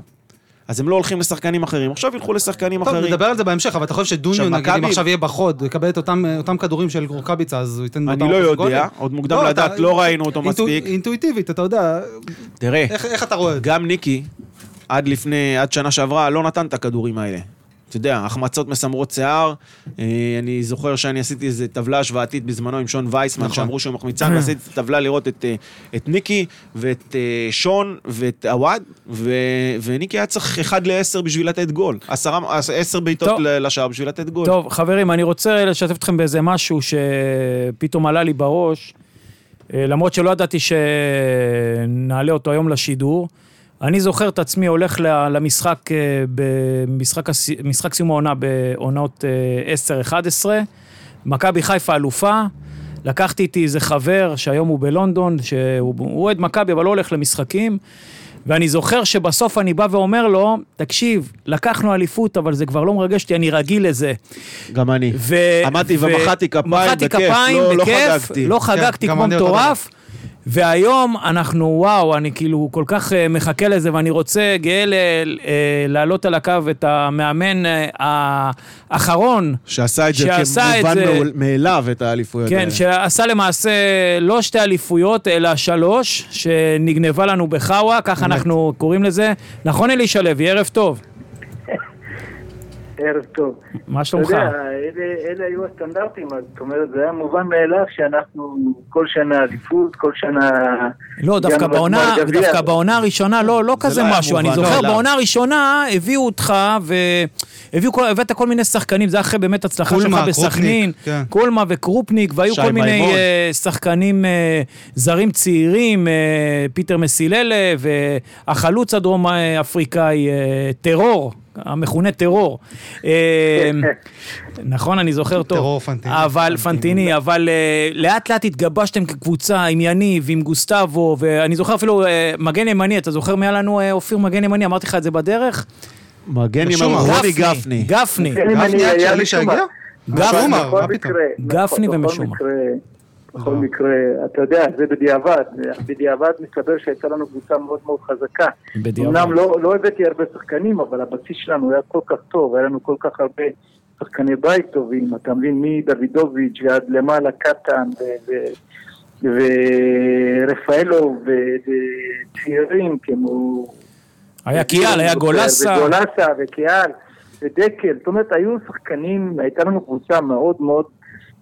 אז הם לא הולכים לשחקנים אחרים. עכשיו ילכו לשחקנים
טוב,
אחרים.
נדבר על זה בהמשך, אבל אתה חושב שדוניו,
עכשיו,
נגיד, אם
מכבי-
עכשיו יהיה בחוד, הוא יקבל את אותם אותם כדורים של רוקאביצה, אז הוא ייתן...
אני
אותם
לא
אחוז
יודע,
גולים?
עוד מוקדם
לא,
לדעת,
אתה-
לא ראינו אותו
אינטו-
מספיק.
אינטואיטיבית, אתה יודע,
תראה,
איך- איך אתה רואה את זה?
גם ניקי, עד לפני, עד שנה שעברה, לא נתן את הכדורים האלה. אתה יודע, החמצות מסמרות שיער. אה, אני זוכר שאני עשיתי איזו טבלה השוואתית בזמנו עם שון וייסמן,
נכון.
שאמרו שהוא מחמיצן,
כן.
ועשיתי טבלה לראות את, אה, את ניקי ואת אה, שון ואת עווד, ו- וניקי היה צריך 1 ל-10 בשביל לתת גול. 10 בעיטות
טוב.
ל- לשער בשביל לתת גול.
טוב, חברים, אני רוצה לשתף אתכם באיזה משהו שפתאום עלה לי בראש. אה, למרות שלא ידעתי שנעלה אותו היום לשידור. אני זוכר את עצמי הולך ל- למשחק, אה, במשחק הסי- משחק סיום העונה בעונות אה, 10-11, מכבי חיפה אלופה, לקחתי איתי איזה חבר שהיום הוא בלונדון, שהוא הוא אוהד מכבי אבל לא הולך למשחקים, ואני זוכר שבסוף אני בא ואומר לו, תקשיב, לקחנו אליפות אבל זה כבר לא מרגש אותי, אני רגיל לזה.
גם אני.
ו...
עמדתי
ו-
ומחאתי כפיים
מחאתי
בכיף,
כפיים
לא- לא
בכיף,
חגגתי.
לא חגגתי
כן, גם
כמו
אני אותו
מטורף. והיום אנחנו, וואו, אני כאילו כל כך אה, מחכה לזה, ואני רוצה, גאה ל- אה, להעלות על הקו את המאמן אה, האחרון,
שעשה את זה
שעשה את
כמובן
זה-
מעול- מאליו, את האליפויות
כן,
האלה.
שעשה למעשה לא שתי אליפויות, אלא שלוש, שנגנבה לנו בחאווה, כך אנחנו קוראים לזה. נכון, אלישע לוי, ערב טוב.
ערב טוב.
מה
אתה
שלומך?
יודע, אלה, אלה היו הסטנדרטים, אז זאת אומרת, זה היה מובן מאליו שאנחנו כל שנה אליפות, כל שנה...
לא, דווקא
גם
בעונה,
בגמר גביע.
דווקא בעונה הראשונה, לא, לא כזה
לא היה
משהו. אני
מובן
זוכר,
מאליו.
בעונה הראשונה הביאו אותך, והביאו, כל- הבאת כל מיני שחקנים, זה היה אחרי באמת הצלחה שלך
קולמה,
בסכנין,
קרופניק, כן.
קולמה וקרופניק, והיו
שי
כל מיני
מימון.
אה, שחקנים אה, זרים צעירים, אה, פיטר מסיללה, והחלוץ הדרום האפריקאי, אה, טרור, המכונה טרור. אה, נכון, אני זוכר טוב.
טרור פנטיני.
אבל פנטיני, אבל אה, לאט לאט התגבשתם כקבוצה עם יניב, עם גוסטבו, ואני זוכר אפילו אה, מגן ימני, אתה זוכר מי היה לנו אה, אופיר מגן ימני? אמרתי לך את זה בדרך?
מגן עם
ושומר.
אה, רוני גפני.
גפני.
אם אני-
גפני עד
היה לי
שאלישע
שומר.
הגיע?
גפני.
אבל
שומר,
בכל
מה פתאום?
מקרה-
גפני
בכל
ומשומר.
מקרה- בכל מקרה, אתה יודע, זה בדיעבד. בדיעבד מסתבר שהייתה לנו קבוצה מאוד מאוד חזקה.
בדיעבד.
אמנם לא, לא הבאתי הרבה שחקנים, אבל הבסיס שלנו היה כל כך טוב, היה לנו כל כך הרבה שחקני בית טובים, אתה מבין, מדוידוביץ' ועד למעלה קטן, ו- ו- ורפאלו, וצעירים כמו...
היה קיאל, היה גולסה.
וגולסה וקיאל ודקל. זאת אומרת, היו שחקנים, הייתה לנו קבוצה מאוד מאוד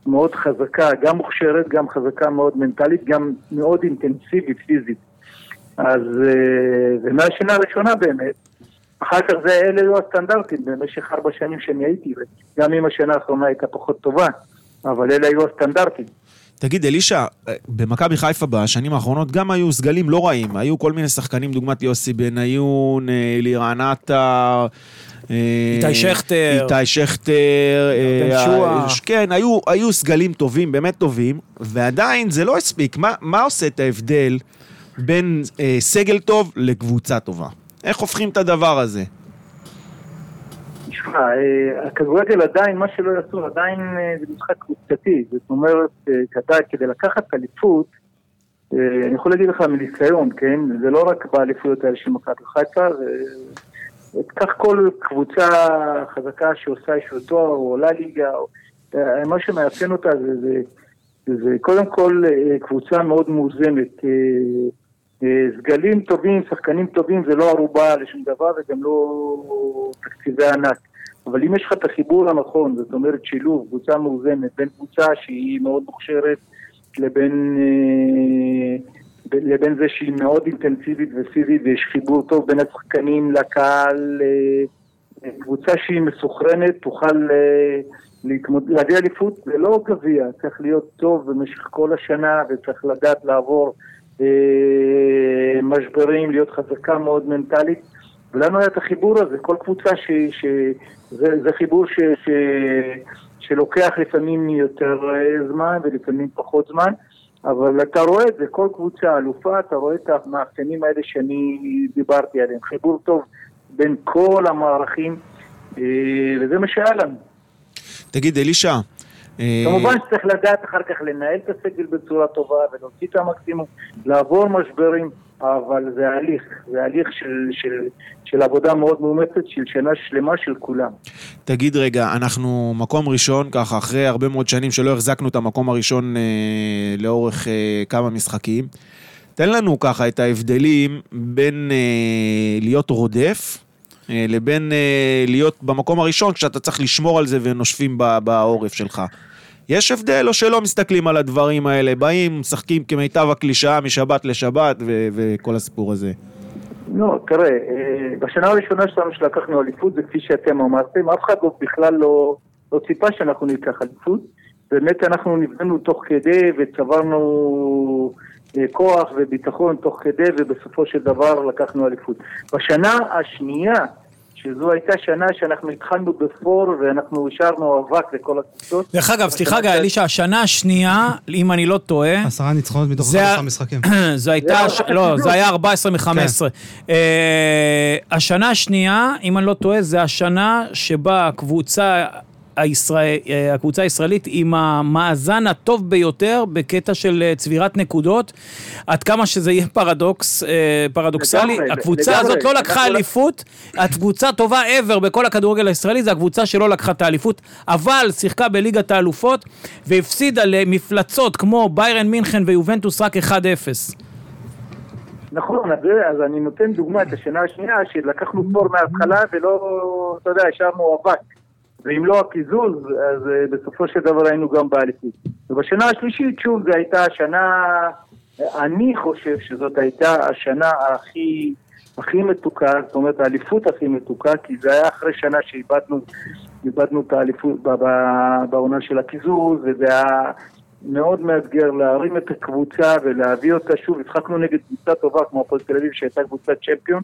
מאוד חזקה, גם מוכשרת, גם חזקה מאוד מנטלית, גם מאוד אינטנסיבית פיזית. אז, אה, ומהשנה הראשונה באמת, אחר כך זה, אלה היו הסטנדרטים במשך ארבע שנים שאני הייתי, גם אם השנה האחרונה הייתה פחות טובה, אבל אלה היו הסטנדרטים.
תגיד, אלישע, אה, במכבי חיפה בשנים האחרונות גם היו סגלים לא רעים. היו כל מיני שחקנים, דוגמת יוסי בניון, אה, אלירן עטר. אה,
איתי שכטר.
איתי שכטר. אה,
ירדן שועה.
אה, ש- כן, היו, היו סגלים טובים, באמת טובים, ועדיין זה לא הספיק. מה, מה עושה את ההבדל בין אה, סגל טוב לקבוצה טובה? איך הופכים את הדבר הזה?
תשמע, אה, הכדורגל עדיין, מה שלא יעשו, עדיין אה, זה משחק קבוצתי. זאת אומרת, אה, אתה, כדי לקחת אליפות, אה, אני יכול להגיד לך מניסיון, כן? זה לא רק באליפויות האלה של מכבי חיפה, זה- קח כל קבוצה חזקה שעושה איזשהו תואר, או עולה ליגה, או- אה, מה שמאפיין אותה זה, זה, זה קודם כל אה, קבוצה מאוד מאוזנת. אה, אה, סגלים טובים, שחקנים טובים, זה לא ערובה לשום דבר וגם לא תקציבי ענק. אבל אם יש לך את החיבור הנכון, זאת אומרת שילוב, קבוצה מאוזנת, בין קבוצה שהיא מאוד מוכשרת לבין, אה, ב- לבין זה שהיא מאוד אינטנסיבית ופיזית ויש חיבור טוב בין השחקנים לקהל, אה, אה, קבוצה שהיא מסוכרנת תוכל אה, להתמוד... להביא אליפות, זה לא גביע, צריך להיות טוב במשך כל השנה וצריך לדעת לעבור אה, משברים, להיות חזקה מאוד מנטלית. ולנו היה את החיבור הזה, כל קבוצה ש... ש... זה, זה חיבור ש... ש... שלוקח לפעמים יותר אה, זמן ולפעמים פחות זמן, אבל אתה רואה את זה, כל קבוצה אלופה, אתה רואה את המאפיינים האלה שאני דיברתי עליהם, חיבור טוב בין כל המערכים, אה, וזה מה שהיה לנו.
תגיד, אלישע... אה,
כמובן שצריך לדעת אחר כך לנהל את הסגל בצורה טובה ולהוציא את המקסימום, לעבור משברים, אבל זה הליך, זה הליך של, של, של עבודה מאוד מאומצת, של שנה שלמה של כולם.
תגיד רגע, אנחנו מקום ראשון, ככה, אחרי הרבה מאוד שנים שלא החזקנו את המקום הראשון אה, לאורך אה, כמה משחקים. תן לנו ככה את ההבדלים בין אה, להיות רודף אה, לבין אה, להיות במקום הראשון, כשאתה צריך לשמור על זה ונושפים ב- בעורף שלך. יש הבדל או שלא מסתכלים על הדברים האלה? באים, משחקים כמיטב הקלישאה משבת לשבת ו- וכל הסיפור הזה.
לא, תראה, אה, בשנה הראשונה שלנו שלקחנו אליפות, זה כפי שאתם אמרתם, אף אחד לא בכלל לא, לא ציפה שאנחנו ניקח אליפות. באמת אנחנו נבנו תוך כדי וצברנו אה, כוח וביטחון תוך כדי, ובסופו של דבר לקחנו אליפות. בשנה השנייה, שזו הייתה שנה שאנחנו התחלנו בפור ואנחנו השארנו אבק לכל הקבוצות.
דרך אגב, סליחה רגע, אלישע, השנה השנייה, אם אני לא טועה,
עשרה ניצחונות מתוך
זה ה-
חמישה משחקים. כן.
זו הייתה,
זה היה
לא,
החידוש.
זה היה 14 מ-15. אה, השנה השנייה, אם אני לא טועה, זה השנה שבה הקבוצה... הישראל, אה, הקבוצה הישראלית עם המאזן הטוב ביותר בקטע של אה, צבירת נקודות, עד כמה שזה יהיה פרדוקס, אה, פרדוקסלי,
לגמרי,
הקבוצה
לגמרי.
הזאת לא לקחה
אנחנו-
אליפות, הקבוצה הטובה ever בכל הכדורגל הישראלי זה הקבוצה שלא לקחה את האליפות, אבל שיחקה בליגת האלופות והפסידה למפלצות כמו ביירן מינכן ויובנטוס רק 1-0.
נכון, אז, זה- אז אני נותן דוגמא את השנה השנייה, שלקחנו פור מההתחלה ולא, אתה יודע, השארנו אבק. ואם לא הקיזוז, אז אה, בסופו של דבר היינו גם באליפות. ובשנה השלישית, שוב, זו הייתה השנה, אני חושב שזאת הייתה השנה הכי, הכי מתוקה, זאת אומרת, האליפות הכי מתוקה, כי זה היה אחרי שנה שאיבדנו איבדנו את האליפות ב- ב- בעונה של הקיזוז, וזה היה מאוד מאתגר להרים את הקבוצה ולהביא אותה שוב. השחקנו נגד קבוצה טובה כמו הפועל תל אביב, שהייתה קבוצת צ'מפיון,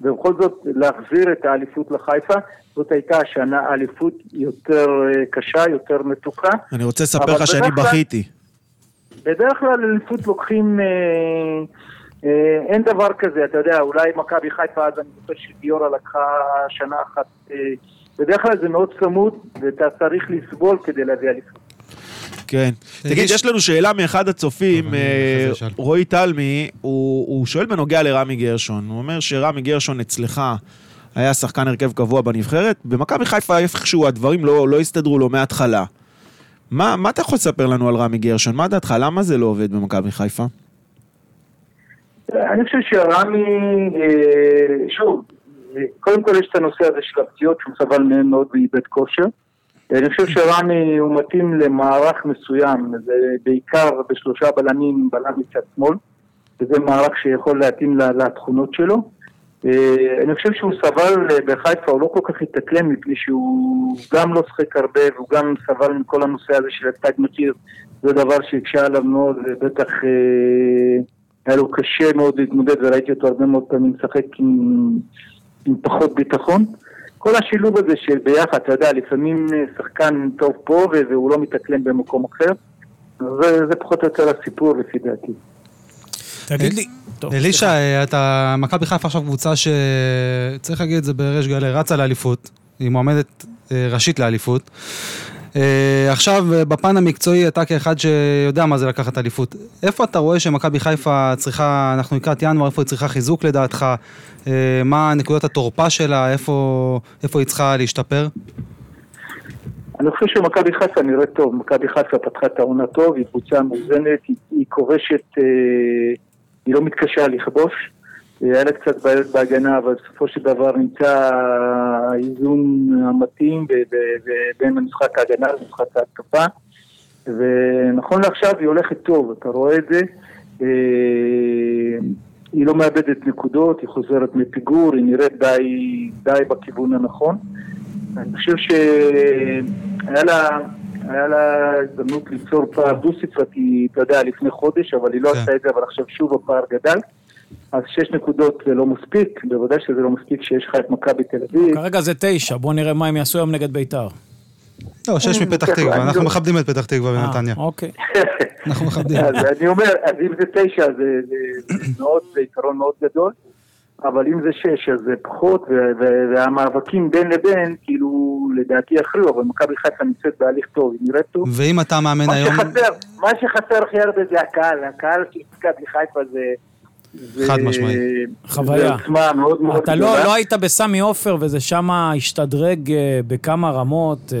ובכל זאת להחזיר את האליפות לחיפה. זאת הייתה השנה אליפות יותר אה, קשה, יותר מתוחה.
אני רוצה לספר
אבל
לך שאני
בדרך כלל-
בכיתי.
בדרך כלל אליפות לוקחים... אה, אה, אין דבר כזה, אתה יודע, אולי מכבי חיפה, אז אני זוכר שגיורא לקחה שנה אחת. אה, בדרך כלל זה מאוד צמוד, ואתה צריך לסבול כדי להביא אליפות.
כן. תגיד,
תגיד,
יש לנו שאלה מאחד הצופים,
טוב, אני
אה,
אחרי זה אשאל.
רועי תלמי, הוא הוא שואל בנוגע לרמי גרשון. הוא אומר שרמי גרשון אצלך היה שחקן הרכב קבוע בנבחרת, במכבי חיפה איפשהו הדברים לא לא הסתדרו לו מההתחלה. מה מה אתה יכול לספר לנו על רמי גרשון? מה דעתך? למה זה לא עובד במכבי חיפה?
אני חושב שרמי, אה, שוב, אה, קודם כל יש את הנושא הזה של הפציעות שהוא סבל מהם מאוד ואיבד כושר. אני חושב שרמי הוא מתאים למערך מסוים, זה בעיקר בשלושה בלמים, בלם מצד שמאל, וזה מערך שיכול להתאים ל- לתכונות שלו. אה, אני חושב שהוא סבל אה, בחיפה, הוא לא כל כך התאקלם מפני שהוא גם לא שחק הרבה והוא גם סבל מכל הנושא הזה של התג מחיר, זה דבר שהקשה עליו מאוד, ובטח אה, היה לו קשה מאוד להתמודד וראיתי אותו הרבה מאוד פעמים משחק עם, עם פחות ביטחון. כל השילוב הזה של ביחד, אתה יודע, לפעמים אה, שחקן טוב פה ו- והוא לא מתאקלם במקום אחר, זה, זה פחות או יותר הסיפור לפי דעתי.
תגיד לי... טוב,
אלישע, אה, אתה... מכבי חיפה עכשיו קבוצה שצריך להגיד את זה בריש גלי, רצה לאליפות. היא מועמדת אה, ראשית לאליפות. אה, עכשיו, אה, בפן המקצועי, אתה כאחד שיודע מה זה לקחת אליפות. איפה אתה רואה שמכבי חיפה צריכה, אנחנו לקראת ינואר, איפה היא צריכה חיזוק לדעתך? אה, מה נקודות התורפה שלה? איפה, איפה היא צריכה להשתפר?
אני חושב שמכבי חיפה נראית טוב, מכבי חיפה פתחה את העונה טוב, היא קבוצה מאוזנת, היא, היא כובשת, אה, היא לא מתקשה לכבוש. אה, היה לה קצת בעיות בהגנה, אבל בסופו של דבר נמצא האיזון המתאים ב- ב- ב- בין המשחק ההגנה למשחק ההתקפה. ונכון לעכשיו היא הולכת טוב, אתה רואה את זה. אה, היא לא מאבדת נקודות, היא חוזרת מפיגור, היא נראית די, די בכיוון הנכון. אני חושב שהיה לה, היה לה הזדמנות ליצור פער דו-ספרתי, אתה יודע, לפני חודש, אבל היא לא
כן.
עשתה את זה, אבל עכשיו שוב הפער גדל. אז שש נקודות זה לא מספיק, בוודאי שזה לא מספיק שיש לך את מכבי תל אביב.
כרגע זה תשע, בואו נראה מה הם יעשו היום נגד ביתר.
לא, שש מפתח
אני
תקווה,
לא-
אנחנו מכבדים את פתח תקווה ונתניה.
אה, אוקיי.
אנחנו מכבדים.
אז אני אומר, אז אם זה תשע זה, זה, מאוד, זה יתרון מאוד גדול, אבל אם זה שש אז זה פחות, ו- ו- והמאבקים בין לבין, כאילו, לדעתי יכריעו, אבל מכבי חיפה נמצאת בהליך טוב, היא נראית
אוקיי.
טוב.
ואם אתה מאמן
מה
היום,
שחסר, מה שחסר הכי הרבה זה הקהל, הקהל של מכבי חיפה זה... זה-
חד משמעית.
חוויה.
זה עוצמה מאוד מאוד
אתה לא, לא היית בסמי עופר, וזה שם השתדרג אה, בכמה רמות, אה,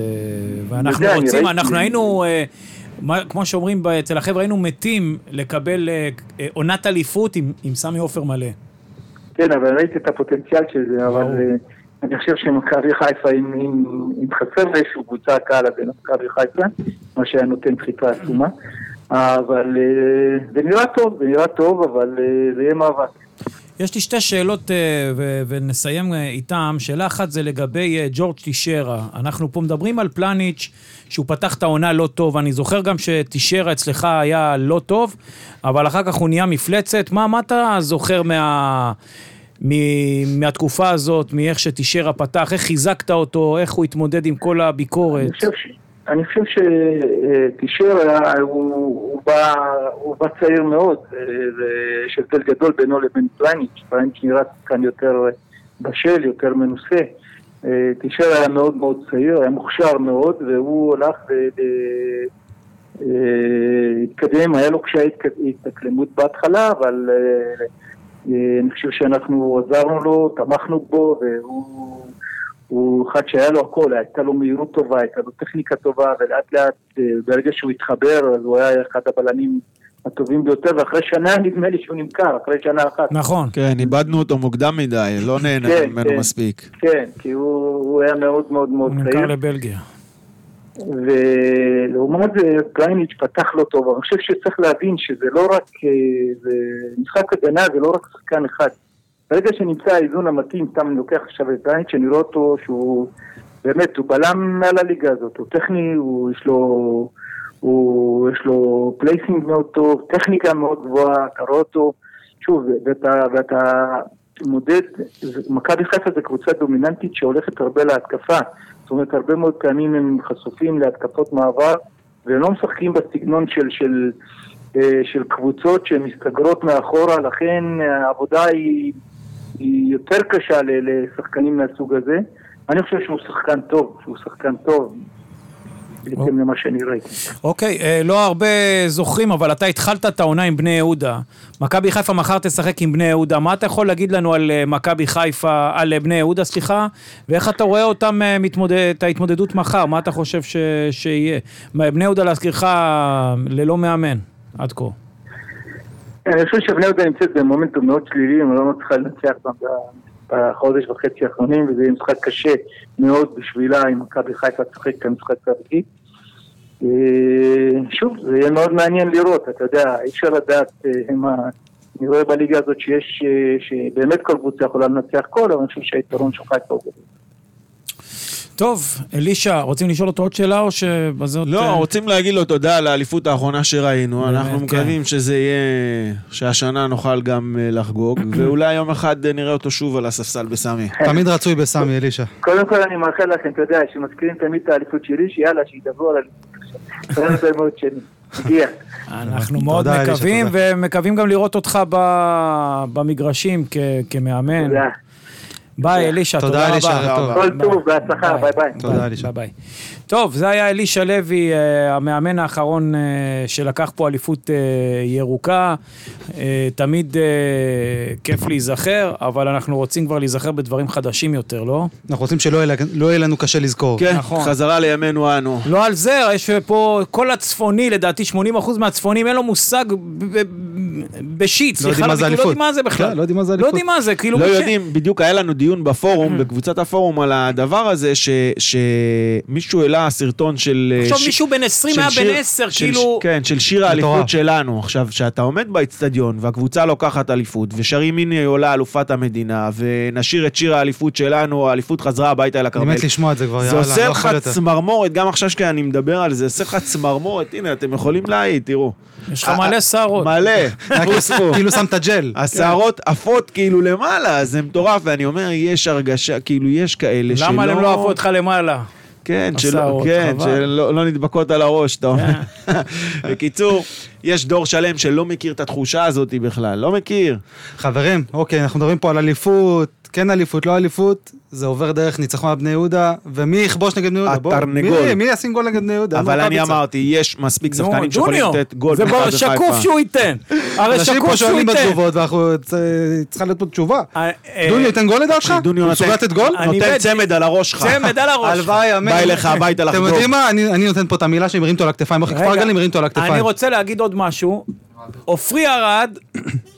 ואנחנו
יודע, אני
רוצים,
ראיתי.
אנחנו היינו, אה, מה- כמו שאומרים ב- אצל החבר'ה, היינו מתים לקבל אה, אה, עונת אליפות עם עם סמי עופר מלא.
כן, אבל ראיתי את הפוטנציאל של זה, אבל
ברור.
אה, אני חושב שמכבי חיפה, אם- אם אם חסר לאיזשהו קבוצה הקהל הזה למכבי חיפה, מה שהיה נותן דחיפה עצומה. אבל אה, זה נראה טוב, זה נראה טוב, אבל אה, זה יהיה מאבק.
יש לי שתי שאלות, אה, ו- ונסיים אה, איתם. שאלה אחת זה לגבי אה, ג'ורג' טישרה. אנחנו פה מדברים על פלניץ', שהוא פתח את העונה לא טוב. אני זוכר גם שטישרה אצלך היה לא טוב, אבל אחר כך הוא נהיה מפלצת. מה, מה אתה זוכר מה... מ- מהתקופה הזאת, מאיך שטישרה פתח, איך חיזקת אותו, איך הוא התמודד עם כל הביקורת.
אני חושב ש- אני חושב שטישר הוא, הוא, בא, הוא בא צעיר מאוד, אה, ויש הבדל גדול בינו לבין פלניץ', פלניץ' נראה כאן יותר בשל, יותר מנוסה. אה, טישר היה מאוד מאוד צעיר, היה מוכשר מאוד, והוא הלך והתקדם, היה לו קשיי התק- התאקלמות בהתחלה, אבל אה, אה, אני חושב שאנחנו עזרנו לו, תמכנו בו, והוא... הוא אחד שהיה לו הכל, הייתה לו מהירות טובה, הייתה לו טכניקה טובה, ולאט לאט, אה, ברגע שהוא התחבר, אז הוא היה אחד הבלמים הטובים ביותר, ואחרי שנה נדמה לי שהוא נמכר, אחרי שנה אחת.
נכון.
כן, איבדנו אותו מוקדם מדי, לא נהנה
כן,
ממנו
כן.
מספיק.
כן, כי הוא, הוא היה מאוד מאוד מאוד
הוא נמכר
צעיר,
לבלגיה.
ולעומת זה פלייניץ' פתח לא טוב, אבל אני חושב שצריך להבין שזה לא רק, אה, זה משחק הגנה זה לא רק שחקן אחד. ברגע שנמצא האיזון המתאים, סתם אני לוקח עכשיו את פלייניץ', שאני רואה אותו שהוא, באמת, הוא בלם מעל הליגה הזאת, הוא טכני, הוא יש לו... הוא, יש לו פלייסינג מאוד טוב, טכניקה מאוד גבוהה, אתה רואה אותו, שוב, ואתה, ואתה מודד, זה- מכבי חיפה זו קבוצה דומיננטית שהולכת הרבה להתקפה, זאת אומרת הרבה מאוד פעמים הם חשופים להתקפות מעבר, והם לא משחקים בסגנון של, של, אה, של קבוצות שמסתגרות מאחורה, לכן העבודה היא, היא יותר קשה ל- לשחקנים מהסוג הזה. אני חושב שהוא שחקן טוב, שהוא שחקן טוב, בהתאם למה שאני ראיתי.
אוקיי, אה, לא הרבה זוכרים, אבל אתה התחלת את העונה עם בני יהודה. מכבי חיפה מחר תשחק עם בני יהודה. מה אתה יכול להגיד לנו על אה, מכבי חיפה, על אה, בני יהודה, סליחה, ואיך אתה רואה אותם, אה, מתמודד, את ההתמודדות מחר? מה אתה חושב ש, שיהיה? מה, בני יהודה, להזכירך, ללא מאמן עד כה.
אני חושב שבני יהודה נמצאת במומנטום מאוד שלילי, היא לא מצליחה לנצח גם ב- בחודש וחצי האחרונים, וזה יהיה משחק קשה מאוד בשבילה אם מכבי חיפה תשחק כאן משחק קרקעי. אה, שוב, זה יהיה מאוד מעניין לראות, אתה יודע, אי אפשר לדעת אה, מה... אני רואה בליגה הזאת שיש, אה, שבאמת כל קבוצה יכולה לנצח כל, אבל אני חושב שהיתרון שלך הוא גדול.
טוב, אלישע, רוצים לשאול אותו עוד שאלה, או שבזאת...
לא,
אה,
רוצים להגיד לו תודה על האליפות האחרונה שראינו.
באמת, כן.
אנחנו מקווים שזה יהיה... שהשנה נוכל גם אה, לחגוג, ואולי יום אחד אה, נראה אותו שוב על הספסל בסמי.
תמיד רצוי בסמי, אלישע.
קודם כל אני מאחל לכם, אתה יודע, שמזכירים תמיד את האליפות שלי, שיאללה, שידברו על האליפות. זה הרבה מאוד שנים. הגיע.
אנחנו מאוד
תודה, אלישע,
מקווים, ומקווים גם לראות אותך ב- במגרשים כ- כמאמן.
תודה.
ביי, אלישע,
תודה,
תודה רבה.
אלישע, טוב.
כל טוב, בהצלחה, ביי ביי.
תודה, אלישע.
ביי ביי. טוב, זה היה אלישע לוי, אה, המאמן האחרון אה, שלקח פה אליפות אה, ירוקה. אה, תמיד אה, כיף להיזכר, אבל אנחנו רוצים כבר להיזכר בדברים חדשים יותר, לא?
אנחנו רוצים שלא יהיה לה- לא יהיה לנו קשה לזכור.
כן,
נכון.
חזרה לימינו אנו.
לא על זה, יש פה כל הצפוני, לדעתי 80% מהצפונים, אין לו מושג ב- ב- בשיט,
לא יודעים
סליחה,
מה זה
לביטוי, לא
אליפות.
יודעים מה זה בכלל.
כן, לא יודעים מה זה
לא
אליפות.
יודעים מה זה, כאילו... Mm-hmm.
לא
מי ש-
יודעים, בדיוק היה לנו דיון בפורום, בקבוצת הפורום, על הדבר הזה ש- שמישהו העלה סרטון של... אה,
עכשיו
ש-
מישהו בן 20
של
היה
שיר-
בן 10,
של-
כאילו...
כן, של שיר
מטורף.
האליפות שלנו. עכשיו, כשאתה עומד באצטדיון והקבוצה לוקחת אליפות, ושרים הנה עולה אלופת המדינה, ונשיר את שיר האליפות שלנו, האליפות חזרה הביתה
אני
לכרמל.
מת לשמוע את זה כבר,
זה
יאללה,
עושה
לא
לך
יכול יותר.
צמרמורת, גם עכשיו שאני מדבר על זה, עושה לך צמרמורת, הנה, אתם יכולים להעיד, תראו.
יש לך מלא שערות.
מלא,
כאילו- כאילו שם את הג'ל.
השערות עפות כאילו למעלה, זה מטורף, ואני אומר, יש הרגשה, כאילו, יש כאלה שלא...
למה הם לא עפו אותך למעלה?
כן, שלא,
השערות,
כן,
חבל. כן.
שלא לא נדבקות על הראש, אתה אומר. בקיצור, יש דור שלם שלא מכיר את התחושה הזאת בכלל, לא מכיר.
חברים, אוקיי, אנחנו מדברים פה על אליפות, כן אליפות, לא אליפות, זה עובר דרך ניצחון על בני יהודה, ומי יכבוש נגד בני יהודה? בואו,
התרנגול.
מי- מי ישים גול נגד בני יהודה?
אבל
מכבי
אני
צריך.
אמרתי, יש מספיק שחקנים
נו,
שיכולים
ג'וניור.
לתת גול
זה
במכבי
בר- שקוף
חיפה.
שהוא ייתן. הרי
אנשים
שקוף
פה
שהוא
שואלים
ייתן.
בתגובות, ואנחנו צ- צריכה להיות פה תשובה.
אה, אה,
דוניו ייתן גול לדעתך?
שדוניו
הוא
נותן-
מסוגל לתת גול?
אני
נותן
מת.
צמד על הראש שלך.
צמד על הראש.
הלוואי, אמן.
בא אליך הביתה
אתם
לחגוג.
יודעים מה? אני אני נותן פה את המילה שמרים אותו על הכתפיים. אחי
רגע,
כפר גלים מרים אותו על הכתפיים.
אני רוצה להגיד עוד משהו. עופרי ארד,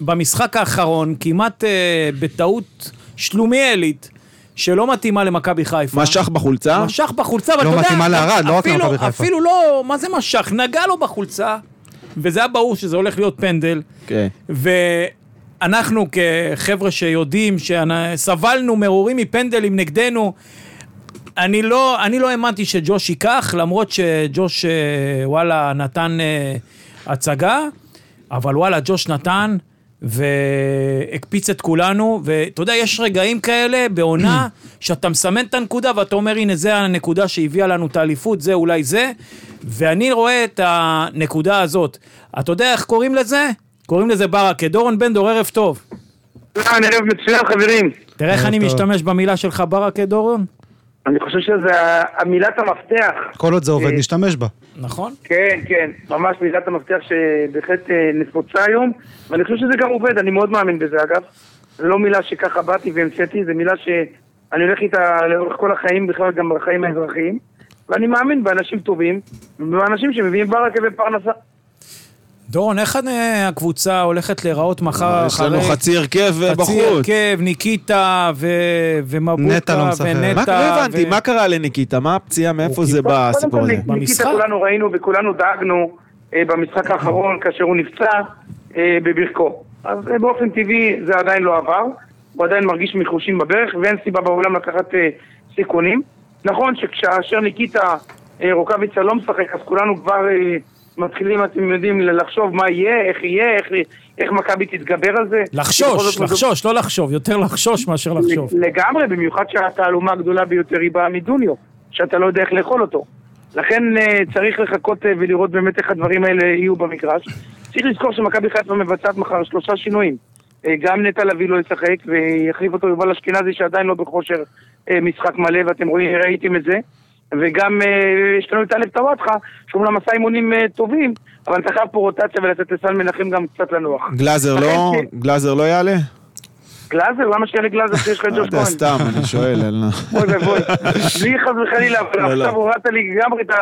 במשחק האחרון, כמעט אה, בטעות שלומיאלית, שלא מתאימה למכבי חיפה.
משך בחולצה?
משך בחולצה, אבל
לא
אתה יודע...
מתאימה לארד, לא רק
אפילו-
למכבי חיפה.
אפילו לא... מה זה משך? נגע לו בחולצה, וזה היה ברור שזה הולך להיות פנדל.
כן.
ואני אנחנו כחבר'ה שיודעים שסבלנו מרורים מפנדלים נגדנו, אני לא, אני לא האמנתי שג'וש ייקח, למרות שג'וש, אה, וואלה, נתן אה, הצגה, אבל וואלה, ג'וש נתן והקפיץ את כולנו, ואתה יודע, יש רגעים כאלה בעונה שאתה מסמן את הנקודה ואתה אומר, הנה, זה הנקודה שהביאה לנו את האליפות, זה אולי זה, ואני רואה את הנקודה הזאת. אתה יודע איך קוראים לזה? קוראים לזה ברכה. דורון בן דור, ערב טוב.
אהלן, ערב מצוין, חברים.
תראה איך
ערב
אני
טוב.
משתמש במילה שלך, ברכה, דורון.
אני חושב שזה המילת המפתח.
כל עוד זה עובד,
אה,
נשתמש בה.
נכון?
כן, כן, ממש מילת המפתח שבהחלט אה, נפוצה היום, ואני חושב שזה גם עובד, אני מאוד מאמין בזה אגב. זו לא מילה שככה באתי והמצאתי, זו מילה שאני הולך איתה לאורך כל החיים, בכלל גם בחיים האזרחיים, ואני מאמין באנשים טובים, ובאנשים שמביאים ברכה ופרנסה.
דורון, איך אה, הקבוצה הולכת להיראות מחר
יש לנו
אחרי...
חצי הרכב אה, בחוץ.
חצי הרכב, ניקיטה ו... ומבוטה
נטע לא משחק.
ונטע.
מה, לא הבנתי,
ו-
מה קרה לניקיטה? מה הפציעה? מאיפה זה בא, הסיפור הזה?
קודם כל,
במשחק? נכון.
ניקיטה כולנו ראינו וכולנו דאגנו אה, במשחק האחרון כאשר הוא נפצע אה, בברכו. אז אה, באופן טבעי זה עדיין לא עבר, הוא עדיין מרגיש מחושים בברך ואין סיבה בעולם לקחת אה, סיכונים. נכון שכאשר ניקיטה אה, רוקאביצה לא משחק אז כולנו כבר אה, מתחילים, אתם יודעים, ל- לחשוב מה יהיה, איך יהיה, איך, איך מכבי תתגבר על זה. בכל
לחשוש,
זאת
לחשוש, לא לחשוב, יותר לחשוש מאשר לחשוב.
לגמרי, במיוחד שהתעלומה הגדולה ביותר היא באה מדוניו, שאתה לא יודע איך לאכול אותו. לכן אה, צריך לחכות אה, ולראות באמת איך הדברים האלה יהיו במגרש. צריך לזכור שמכבי חיפה מבצעת מחר שלושה שינויים. אה, גם נטע לביא לא ישחק, ויחליף אותו יובל אשכנזי שעדיין לא בכושר אה, משחק מלא, ואתם רואים, ראיתם את זה. וגם אה, יש לנו את אלף טוואטחה, שאומנם עשה אימונים אה, טובים, אבל אתה חייב פה רוטציה ולתת לסל מנחם גם קצת לנוח.
גלאזר לא,
לכן-
גלאזר לא יעלה?
גלאזר? למה שיהיה לגלאזר כשיש לך את
לא
ג'וש
יודע,
כהן?
סתם, אני שואל. אני לא-
אוי ואבוי, בלי חס וחלילה, אבל
לא, לא.
עכשיו הורדת לי לגמרי את ה...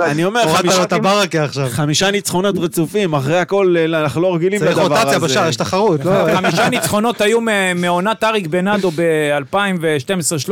אני אומר,
הורדת
חמישה-
לו את הברקה עכשיו.
חמישה ניצחונות רצופים, אחרי הכל אה, אנחנו לא רגילים לדבר
צריך
הזה.
רוטציה בשער, יש תחרות. לא?
חמישה ניצחונות היו מ- מעונת אריק בנאדו ב-2012-2013.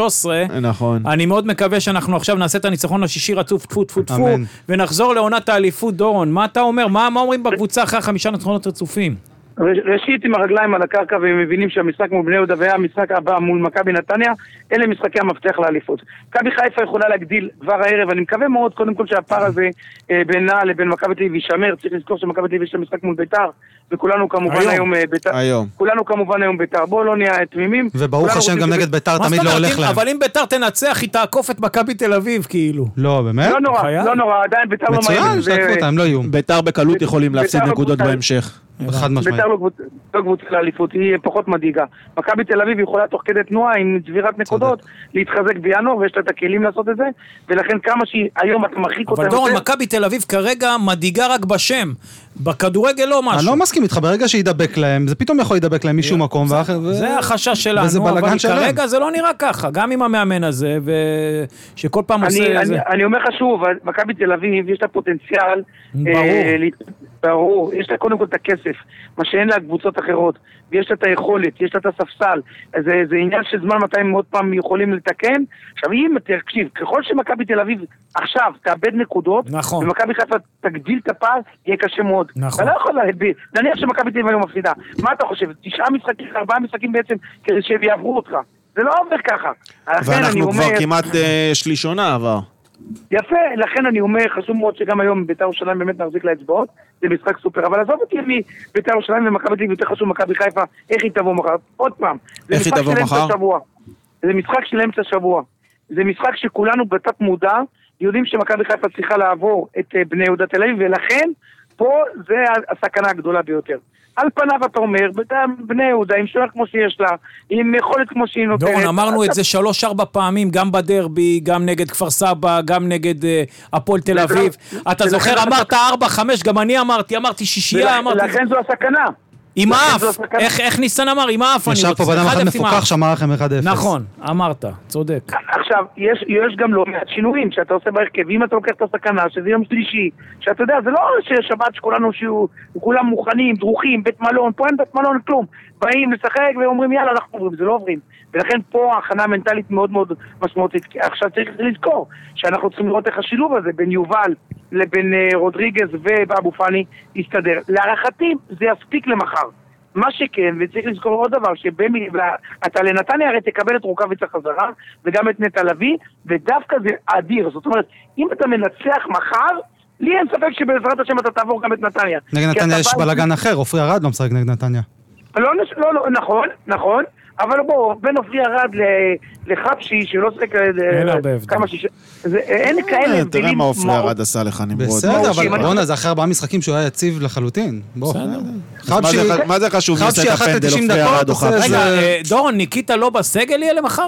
נכון.
אני מאוד מקווה שאנחנו עכשיו נעשה את הניצחון השישי רצוף, טפו טפו טפו,
אמן.
ונחזור לעונת האליפות, דורון. מה אתה אומר? מה מה אומרים בקבוצה אחרי חמישה ניצחונות רצופים?
ראשית עם הרגליים על הקרקע והם מבינים שהמשחק מול בני יהודה והמשחק הבא מול מכבי נתניה, אלה משחקי המפתח לאליפות. מכבי חיפה יכולה להגדיל כבר הערב, אני מקווה מאוד קודם כל שהפער הזה אה, בינה לבין מכבי תל אביב יישמר, צריך לזכור שמכבי תל אביב יש לה משחק מול ביתר, וכולנו כמובן
היום.
היום אה, ביתר,
היום.
כולנו כמובן היום ביתר, בואו לא נהיה תמימים.
וברוך
כולנו
השם,
רוצים
גם
שב-
נגד ביתר
מה
תמיד
זאת
לא
אומרת?
הולך
אם-
להם.
אבל אם ביתר תנצח, היא תעקוף את מכבי תל אביב, כאילו.
לא, באמת?
לא נורא,
חייב.
לא נורא, עדיין ביתר לא
מצוין,
מעניינת,
שתקפו
זה-
אותם, לא איום.
ביתר בקלות יכולים להפסיד
ביתר
נקודות
בקבוצה-
בהמשך.
חד משמעית.
ביתר לא קבוצ- לא קבוצה לאליפות, היא פחות מדאיגה. מכבי תל אביב יכולה תוך כדי תנועה עם צבירת נקודות להתחזק בינואר, ויש לה את הכלים לעשות את זה, ולכן כמה שהיום אתה מרחיק אותה
אבל דורון,
יותר,
מכבי תל אביב כרגע מדאיגה רק בשם. בכדורגל לא משהו.
אני לא מסכים איתך, ברגע שידבק להם, זה פתאום יכול להידבק להם משום מקום. ואחר- ו-
זה החשש שלנו,
וזה
אבל
בלגן שלם.
כרגע זה לא נראה ככה, גם עם המאמן הזה, ו... שכל פעם
אני-
עושה את זה.
אני- אוקיי, אני אומר לך שוב, מכבי תל אביב יש לה פוטנציאל.
ברור.
אה, להת- ברור, יש לה קודם כל את הכסף, מה שאין לה קבוצות אחרות, ויש לה את היכולת, יש לה את הספסל, זה, זה עניין של זמן מתי הם עוד פעם יכולים לתקן. עכשיו אם, תקשיב, ככל שמכבי תל אביב עכשיו תאבד נקודות,
נכון.
ומכבי חיפה תגדיל את הפער, יהיה קשה מאוד.
נכון.
אתה לא יכול להביא, נניח שמכבי תל אביב היום מפסידה, מה אתה חושב, תשעה משחקים, ארבעה משחקים בעצם, כדי שהם יעברו אותך. זה לא עובר ככה. לכן אני
ואנחנו כבר
אומר-
כמעט אה, שליש עונה עבר.
יפה, לכן אני אומר, חשוב מאוד שגם היום בית"ר ירושלים באמת נחזיק לאצבעות, זה משחק סופר, אבל עזוב אותי מבית"ר ירושלים ומכבי תל אביב, יותר חשוב מכבי חיפה, איך היא תבוא מחר, עוד פעם, זה
איך
משחק
היא תבוא
של
מחר?
אמצע שבוע, זה משחק של אמצע שבוע, זה משחק שכולנו בתת מודע יודעים שמכבי חיפה צריכה לעבור את אה, בני יהודה תל אביב, ולכן פה זה ה- הסכנה הגדולה ביותר. על פניו אתה אומר, בית"ר- בני יהודה עם שוער כמו שיש לה, עם יכולת כמו שהיא נותנת.
דורון, אמרנו את
אתה-
זה שלוש-ארבע פעמים, גם בדרבי, גם נגד כפר סבא, גם נגד אה, הפועל תל
ולכן-
אביב. אתה
ולכן
זוכר,
אתה-
אמרת ארבע-חמש, גם אני אמרתי, אמרתי שישייה, אמרתי...
ולכן זו הסכנה.
עם
לכן
האף,
זו הסכנה.
איך- איך ניסן אמר, עם האף אני רוצה.
ישב פה בן אדם אחד
1-0 עם האף.
מפוקח, שמר לכם 1-0.
נכון, אמרת, צודק.
עכשיו, יש, יש גם לא מעט שינויים שאתה עושה בהרכב, אם אתה לוקח את הסכנה, שזה יום שלישי, שאתה יודע, זה לא ששבת שכולנו שיהיו, כולם מוכנים, דרוכים, בית מלון, פה אין בית מלון, כלום. באים לשחק ואומרים יאללה, אנחנו עוברים, זה לא עוברים. ולכן פה ההכנה המנטלית מאוד מאוד משמעותית. עכשיו צריך לזכור שאנחנו צריכים לראות איך השילוב הזה בין יובל לבין אה, רודריגז ואבו פאני יסתדר. להערכתי זה יספיק למחר. מה שכן, וצריך לזכור עוד דבר, שבמידה, אתה לנתניה הרי תקבל את רוקאביצה חזרה, וגם את נטע לביא, ודווקא זה אדיר. זאת אומרת, אם אתה מנצח מחר, לי אין ספק שבעזרת השם אתה תעבור גם את נתניה.
נגד
כי
נתניה
אתה
יש
בא-
בלאגן אחר, עופרי ארד לא משחק נגד נתניה.
לא, נש- לא, לא, נכון, נכון, אבל בוא, בין עופרי ארד ל- לחפשי, שלא שיחק...
אין הרבה הבדל.
כמה שיש... זה- אין כאלה
אה,
הבדלים.
תראה מה עופרי
מהות.
ארד עשה לך נמרוד.
בסדר,
ברור
אבל
שאם אני-
בואנה, זה אחרי ארבעה משחקים שהוא היה יציב לחלוטין. בוא.
מה
חבשי...
זה- מה זה חשוב מי עושה
חבשי
את
אחת
הפנדל,
ל-90
עופרי ארד
דקות
או
עושה
חבשי?
רגע,
זה-
אה, דורון, ניקיטה לא בסגל יהיה למחר?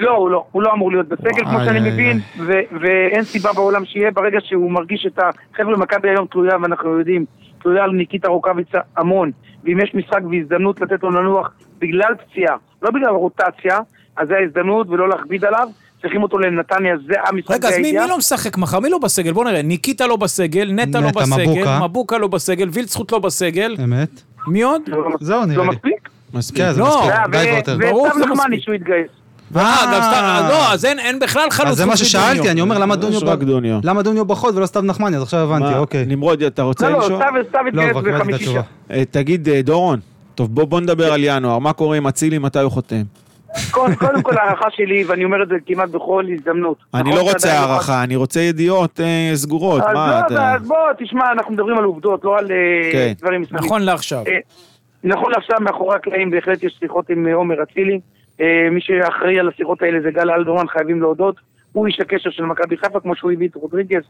לא, הוא לא, הוא לא אמור להיות בסגל, כמו
איי,
שאני
איי,
מבין, ו- ואין סיבה בעולם שיהיה, ברגע שהוא מרגיש את החבר'ה במכבי היום תלויה, ואנחנו יודעים, תלויה על ניקיטה רוקאביצה המון, ואם יש משחק והזדמנות לתת לו לנוח בגלל פציעה, לא בגלל רוטציה, אז זה ההזדמנות ולא להכביד עליו, צריכים אותו לנתניה, זה המשחק
רגע, אז מי-
והידיעה.
מי לא משחק מחר? מי לא בסגל? בוא נראה. ניקיטה לא בסגל, נטע לא
נטע,
בסגל,
מבוקה.
מבוקה לא בסגל, וילצחוט לא בסגל.
אמת?
מי עוד?
אה. זהו,
לא
נראה לי.
מספיק?
מספיק.
כן, זה
לא.
מספיק.
אה,
ו-
די ווטר.
ו-
ברור
וסתם
שזה
נחמני
מספיק.
שהוא התגייס.
אה, גם סתם, לא, אז אין- אין בכלל חלוץ.
אז זה מה
חוץ מדוניו.
ששאלתי, אני אומר למה דוניו...
יש לא, רק
ב-
דוניו.
למה דוניו בחוד ולא סתיו נחמני, אז עכשיו הבנתי,
מה,
אוקיי.
נמרוד, אתה רוצה
לא, לא,
לשאול?
סתיו סתיו
לא,
התגייס
כבר קיבלתי את
בחמישי.
התשובה.
אה, תגיד, אה, דורון, טוב, בוא בוא נדבר על ינואר. מה קורה עם אצילי, מתי הוא חותם?
קודם קודם כל ההערכה שלי, ואני אומר את זה כמעט בכל הזדמנות.
אני
נכון,
לא
אתה
רוצה
עדיין לא
הערכה, אני רוצה ידיעות אה, סגורות.
אז
מה
לא,
אתה...
אז בוא, תשמע, אנחנו מדברים על עובדות, לא על אה,
כן.
דברים מסוימים.
נכון לעכשיו.
אה, נכון לעכשיו, מאחורי הקלעים בהחלט יש שיחות עם אה, עומר אצילי. אה, מי שאחראי על השיחות האלה זה גל אלדורן, חייבים להודות. הוא איש הקשר של מכבי חיפה, כמו שהוא הביא את רודריגז,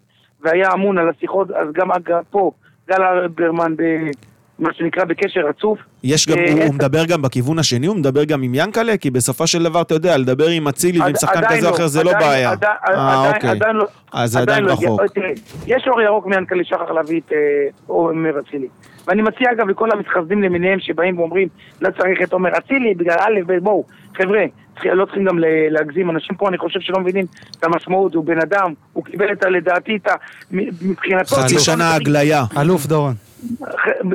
והיה אמון על השיחות, אז גם אגב פה, גל אלברמן, במה שנקרא, בקשר רצוף.
יש גם,
אה,
הוא- הוא מדבר גם בכיוון השני, הוא מדבר גם עם ינקלה, כי בסופו של דבר, אתה יודע, לדבר עם אצילי ועם
עד-
שחקן
עדיין
כזה או
לא,
אחר זה לא
עדיין-
בעיה.
עדיין-
אה,
עדיין-
אוקיי.
עדיין לא-
אז זה עדיין
לא הגיע.
רחוק.
אוי, תראה, יש אור ירוק מיענקלה שחר להביא את אה, עומר אצילי. ואני מציע אגב לכל המתחסדים למיניהם שבאים ואומרים לא צריך את עומר אצילי בגלל א', ב', בואו, חבר'ה, צריך- לא צריכים גם ל- להגזים, אנשים פה אני חושב שלא מבינים את המשמעות, הוא בן אדם, הוא קיבל את ה... לדעתי את ה... מ- מבחינתו...
חצי שנה הגליה.
אלוף דורון.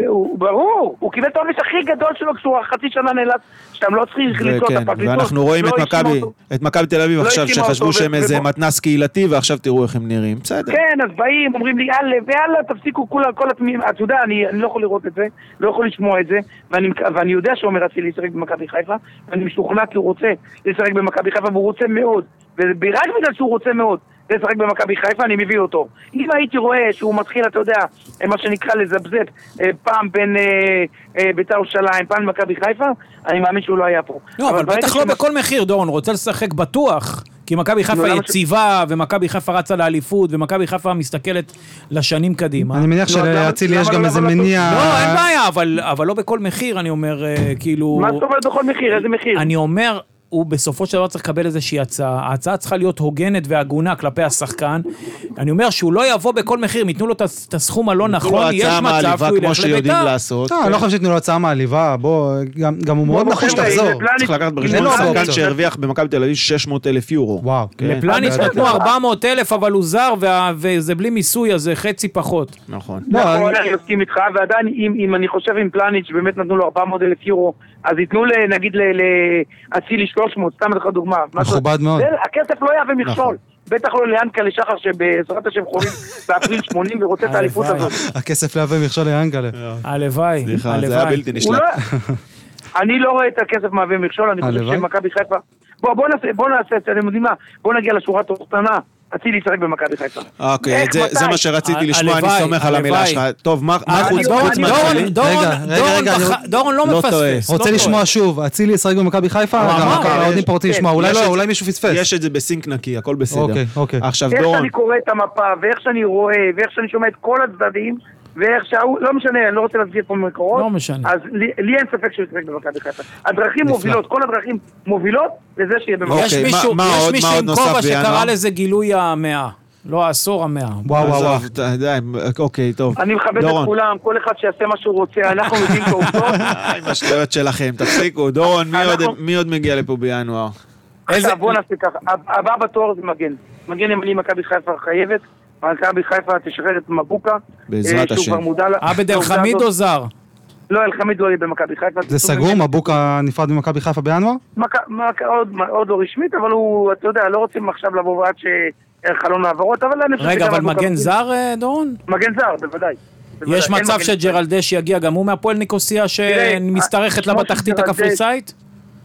הוא- ברור, הוא קיבל את העונש הכי גדול שלו כשהוא חצי שנה נאלץ, שאתם לא צריכים למצוא את
וכן,
הפרקליטות,
כן, ואנחנו רואים
לא
את
האשימו
מכבי,
אותו.
את מכבי תל אביב
לא
עכשיו,
האשימה
שחשבו
אותו,
שהם
ו-
איזה
ובוא-
מתנ"ס קהילתי, ועכשיו תראו איך הם נראים. בסדר.
כן, אז באים, אומרים לי, יאללה, ויאללה, תפסיקו כולם, כל התמימים. אתה יודע, אני, אני לא יכול לראות את זה, לא יכול לשמוע את זה, ואני, מק- ואני יודע שעומר אצילי ישחק במכבי חיפה, ואני משוכנע כי הוא רוצה לשחק במכבי חיפה, והוא רוצה מאוד, ורק בגלל שהוא רוצה מאוד לשחק במכבי חיפה, אני מביא אותו. אם הייתי רואה שהוא מתחיל, אתה יודע, אה, מה שנקרא לזבזב, אה, פעם בין אה, אה, בית"ר ירושלים, פעם מכבי חיפה, אני מאמין שהוא לא היה פה.
לא, אבל
ברגע
בטח לא
שהוא-
בכל מחיר, דורון, רוצה לשחק בטוח. כי מכבי חיפה
למה ש-
יציבה, ומכבי חיפה רצה לאליפות, ומכבי חיפה מסתכלת לשנים קדימה.
אני מניח
לא, למה-
שלאצילי
למה
יש
לא
גם איזה
לעשות?
מניע...
לא, אין בעיה, אבל אבל לא בכל מחיר, אני אומר, אה, כאילו...
מה זאת אומרת בכל מחיר? איזה מחיר?
אני אומר, הוא בסופו של דבר צריך לקבל איזושהי הצעה. ההצעה צריכה להיות הוגנת והגונה כלפי השחקן. אני אומר שהוא לא יבוא בכל מחיר, אם ייתנו לו את הס- את הסכום הלא נכון, יש
הצעה
מצב
מעליבה
שהוא
כמו
ילך
שיודעים
לביתר. אה,
לעשות.
לא, אני לא חושב שייתנו לו הצעה מעליבה, בוא, גם- גם הוא מאוד
בוא,
נחוש
חבר'ה,
לחזור.
זה פלניץ'.
צריך לקחת
אין לו
בחשבון
הרבה
שחקן
אופציות.
שהרוויח במכבי תל אביב 600 אלף יורו.
וואו.
כן.
לפלניץ'
אה,
נתנו
אה,
400 אלף, אבל הוא זר, וה- וזה בלי מיסוי, אז זה חצי פחות.
נכון.
לא,
נכון,
אני-
אני מסכים איתך, ועדיין, אם, אם אני חושב עם פלניץ' באמת נתנו לו 400 אלף יורו, אז ייתנו ל- נגיד ל- לאצילי 300, סתם לך דוגמה. משהו-
מכובד מאוד.
זה- הכסף לא יהווה
נכון.
מכשול. בטח לא ליענקלה שחר שבעזרת השם חולים באפריל 80 ורוצה את האליפות
הלוואי.
הזאת.
הכסף להווה מכשול ליאנגלה.
אה, הלוואי,
סליחה, זה היה
הלוואי.
בלתי
הוא
נשלט.
לא... אני לא רואה את הכסף מהווה מכשול, אני חושב
הלוואי.
שמכבי חיפה... בוא, בוא, נעשה, בוא נעשה את זה, אתם יודעים מה? בוא נגיע לשורה התחתונה, אצילי ישחק במכבי חיפה.
אוקיי,
איך,
זה-
מתי?
זה מה שרציתי
ה-
לשמוע, אני
הלוואי,
סומך על המילה
הלוואי.
שלך. טוב, מה מה
אה,
חוץ
דורון,
חוץ
דורון,
מהצלי?
דורון,
רגע,
דורון
רגע, אני
בח-
רוצ-
דורון לא
לא
מפספס.
טועה.
לא
רוצה
טועה.
לשמוע שוב, אצילי ישחק במכבי חיפה?
הוא
גם
אמר,
אנחנו-
כן,
האוהדים פה רוצים
כן,
לשמוע, אולי
יש
לא,
את-
אולי מישהו פספס.
יש את זה בסינק נקי, הכל בסדר.
אוקיי, אוקיי.
עכשיו,
איך
דורון,
שאני קורא את המפה, ואיך שאני רואה, ואיך שאני שומע את כל הצדדים, ואיך שההוא, לא משנה, אני לא רוצה להסביר פה מקורות.
לא משנה.
אז לי, לי אין ספק שהוא ישחק במכבי חיפה. הדרכים מובילות, כל הדרכים מובילות לזה שיהיה במכבי
יש
אוקיי, מה-
מישהו
מה
יש
עוד-
מישהו
מה עוד
עם
נוסף
כובע שקרא
בינואר?
לזה גילוי המאה. לא העשור המאה.
וואו, וואו, וואו.
עזוב, ת- די, אוקיי, טוב.
אני מכבד את
דורון.
כולם, כל אחד שיעשה מה שהוא רוצה, אנחנו יודעים את העובדות.
די אה, עם השטויות שלכם, תפסיקו. דורון, מי עוד-
אנחנו-
מי עוד מגיע לפה בינואר?
איזה-
עכשיו בוא נעשה ככה, הב- הבא בתואר זה מגן. מגן ימני מכבי חיפה חייבת, מכבי חיפה תשחרר את מבוקה.
בעזרת
אה, שהוא
השם.
כבר מודע לה-
עבד אל
לעובדה
חמיד
הזאת.
או זר?
לא, אל חמיד לא יהיה במכבי חיפה.
זה סגור? מבוקה נפרד ממכבי חיפה בינואר?
מק- מק- עוד עוד לא רשמית, אבל הוא, אתה יודע, לא רוצים עכשיו לבוא עד שחלון העברות, אבל אני חושב
רגע,
שגם
אבל
אבוקה-
מגן זר, אה, דורון?
מגן זר, בוודאי.
יש
אין
מצב
מגן
שג'רלדש יגיע גם הוא מהפועל ניקוסיה שמסתרכת לה
שמו של
בתחתית
אה, ג'רלדש-
הקפריסאית?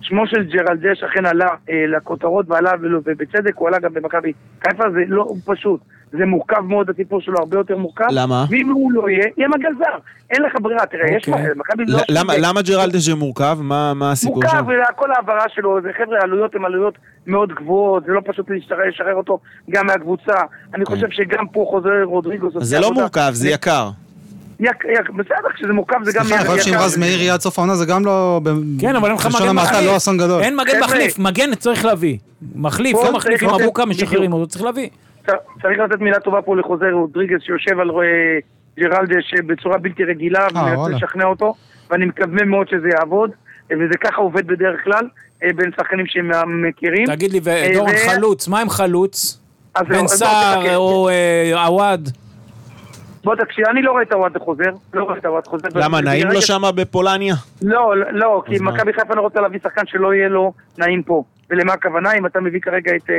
שמו של ג'רלדש אכן עלה אה, לכותרות ועלה, ולא- ובצדק הוא עלה גם במכבי חיפה, זה לא פשוט. זה מורכב מאוד, הסיפור שלו הרבה יותר מורכב.
למה?
ואם הוא לא יהיה, יהיה מגל זר. אין לך ברירה, תראה, יש
אוקיי.
מכבי לא...
ל- למה- למה ג'רלדש זה מורכב? מה מה הסיפור שם?
מורכב, וכל ההעברה שלו, זה חבר'ה, העלויות הן עלויות מאוד גבוהות, זה לא פשוט להשתחרר- לשחרר אותו גם מהקבוצה. אני חושב שגם פה חוזר רודריגוס...
אז כן.
עושה
זה לא
אה, עבודה-
מורכב, זה יקר.
יק- יק- בסדר, כשזה מורכב זה גם...
סליחה, אני
יקר.
חושב שאם רז מאיר יהיה עד סוף העונה זה גם לא... ב-
כן, אבל אין לך
בלשון
מגן
המעטה,
מחליף.
לא אסון גדול.
אין מגן
חבר'ה.
מחליף, מגן צריך להביא. מחליף,
פה
לא מחליף,
צריך
אם
לתת-
אבוקה משחררים
בדיוק.
אותו, צריך להביא.
צ- צריך לתת מילה טובה פה לחוזר רודריגז שיושב על אה, ג'רלדש אה, בצורה בלתי רגילה ומנסה
וואלה.
לשכנע אותו ואני מקווה מאוד שזה יעבוד אה, וזה ככה עובד בדרך כלל אה, בין שחקנים שהם מכירים.
תגיד לי,
אה,
ודורון
ו-
חלוץ, מה עם חלוץ?
אז זהו,
בן
אז בוא תחכה.
סער או אה, עווד?
בוא תקשיב, אני לא רואה את הוואד חוזר, לא רואה את הוואד חוזר.
למה,
ברגע-
נעים לו שמה בפולניה?
לא, לא, לא, כי
אז מה?
מכבי חיפה לא רוצה להביא שחקן שלא יהיה לו נעים פה. ולמה הכוונה? אם אתה מביא כרגע את אה,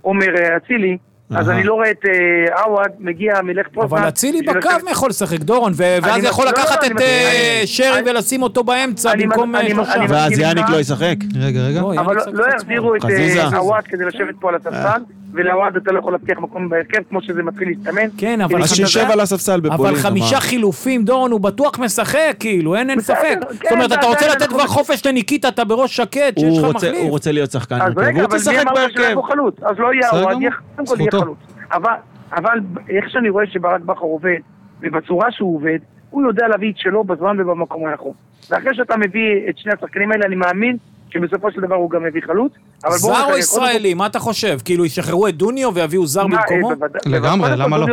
עומר אה, אצילי, אז
אהה.
אני לא רואה את אה, עווד מגיע מלך פוזנן.
אבל אצילי
בשביל
בקו
לקחת-
מי יכול לשחק, דורון, ו- ואז
אני
יכול
מס- לא,
לקחת
לא,
את
אני
אה,
מסכים.
שרי
אני-
ולשים אותו באמצע
אני מס-
במקום אה,
אני מס-
שלושה.
אני מס-
ואז
מסכים
יאניק
איתך.
לא ישחק?
רגע, רגע.
לא,
אבל
יאללה,
לא-
צריך
לא
לעצמו.
יחזירו את
חזיזה.
אה, עווד כדי לשבת פה על הספסל, ולעווד אתה לא יכול להבטיח מקום בהרכב כמו שזה מתחיל להסתמן.
כן, אבל
כי
אז
חמישה-
אתה
שישב
יודע-
על הספסל בפולין.
אבל חמישה חילופים, דורון, הוא בטוח משחק, כאילו, אין אין
בסדר,
ספק.
כן,
זאת אומרת, אתה
ועדיין
רוצה לתת
אנחנו-
כבר חופש לניקיטה, אתה בראש שקט, שיש
הוא
לך
רוצה- הוא
מחליף.
רוצה להיות שחקן
אז
הרכב,
רגע,
הוא
אבל
רוצה
מי
לשחק
אמר לך שלא
בהרכב.
יבוא חלוץ? אז לא יהיה
בסדר
עווד,
גמור.
יהיה- קודם כל יהיה
זכותו.
חלוץ. אבל- אבל איך שאני רואה שברק בכר עובד, ובצורה שהוא עובד, הוא יודע להביא את שלו בזמן ובמקום הנכון. ואחרי שאתה מביא את שני השחקנים האלה, אני מאמין שבסופו של דבר הוא גם מביא חלוץ. אבל בואו
זר
נחכה,
או
קודם
ישראלי, מה אתה חושב? כאילו, ישחררו את דוניו ויביאו זר
כל- מה, אה,
במקומו?
בוודאי-
לגמרי,
קודם כל
למה לא?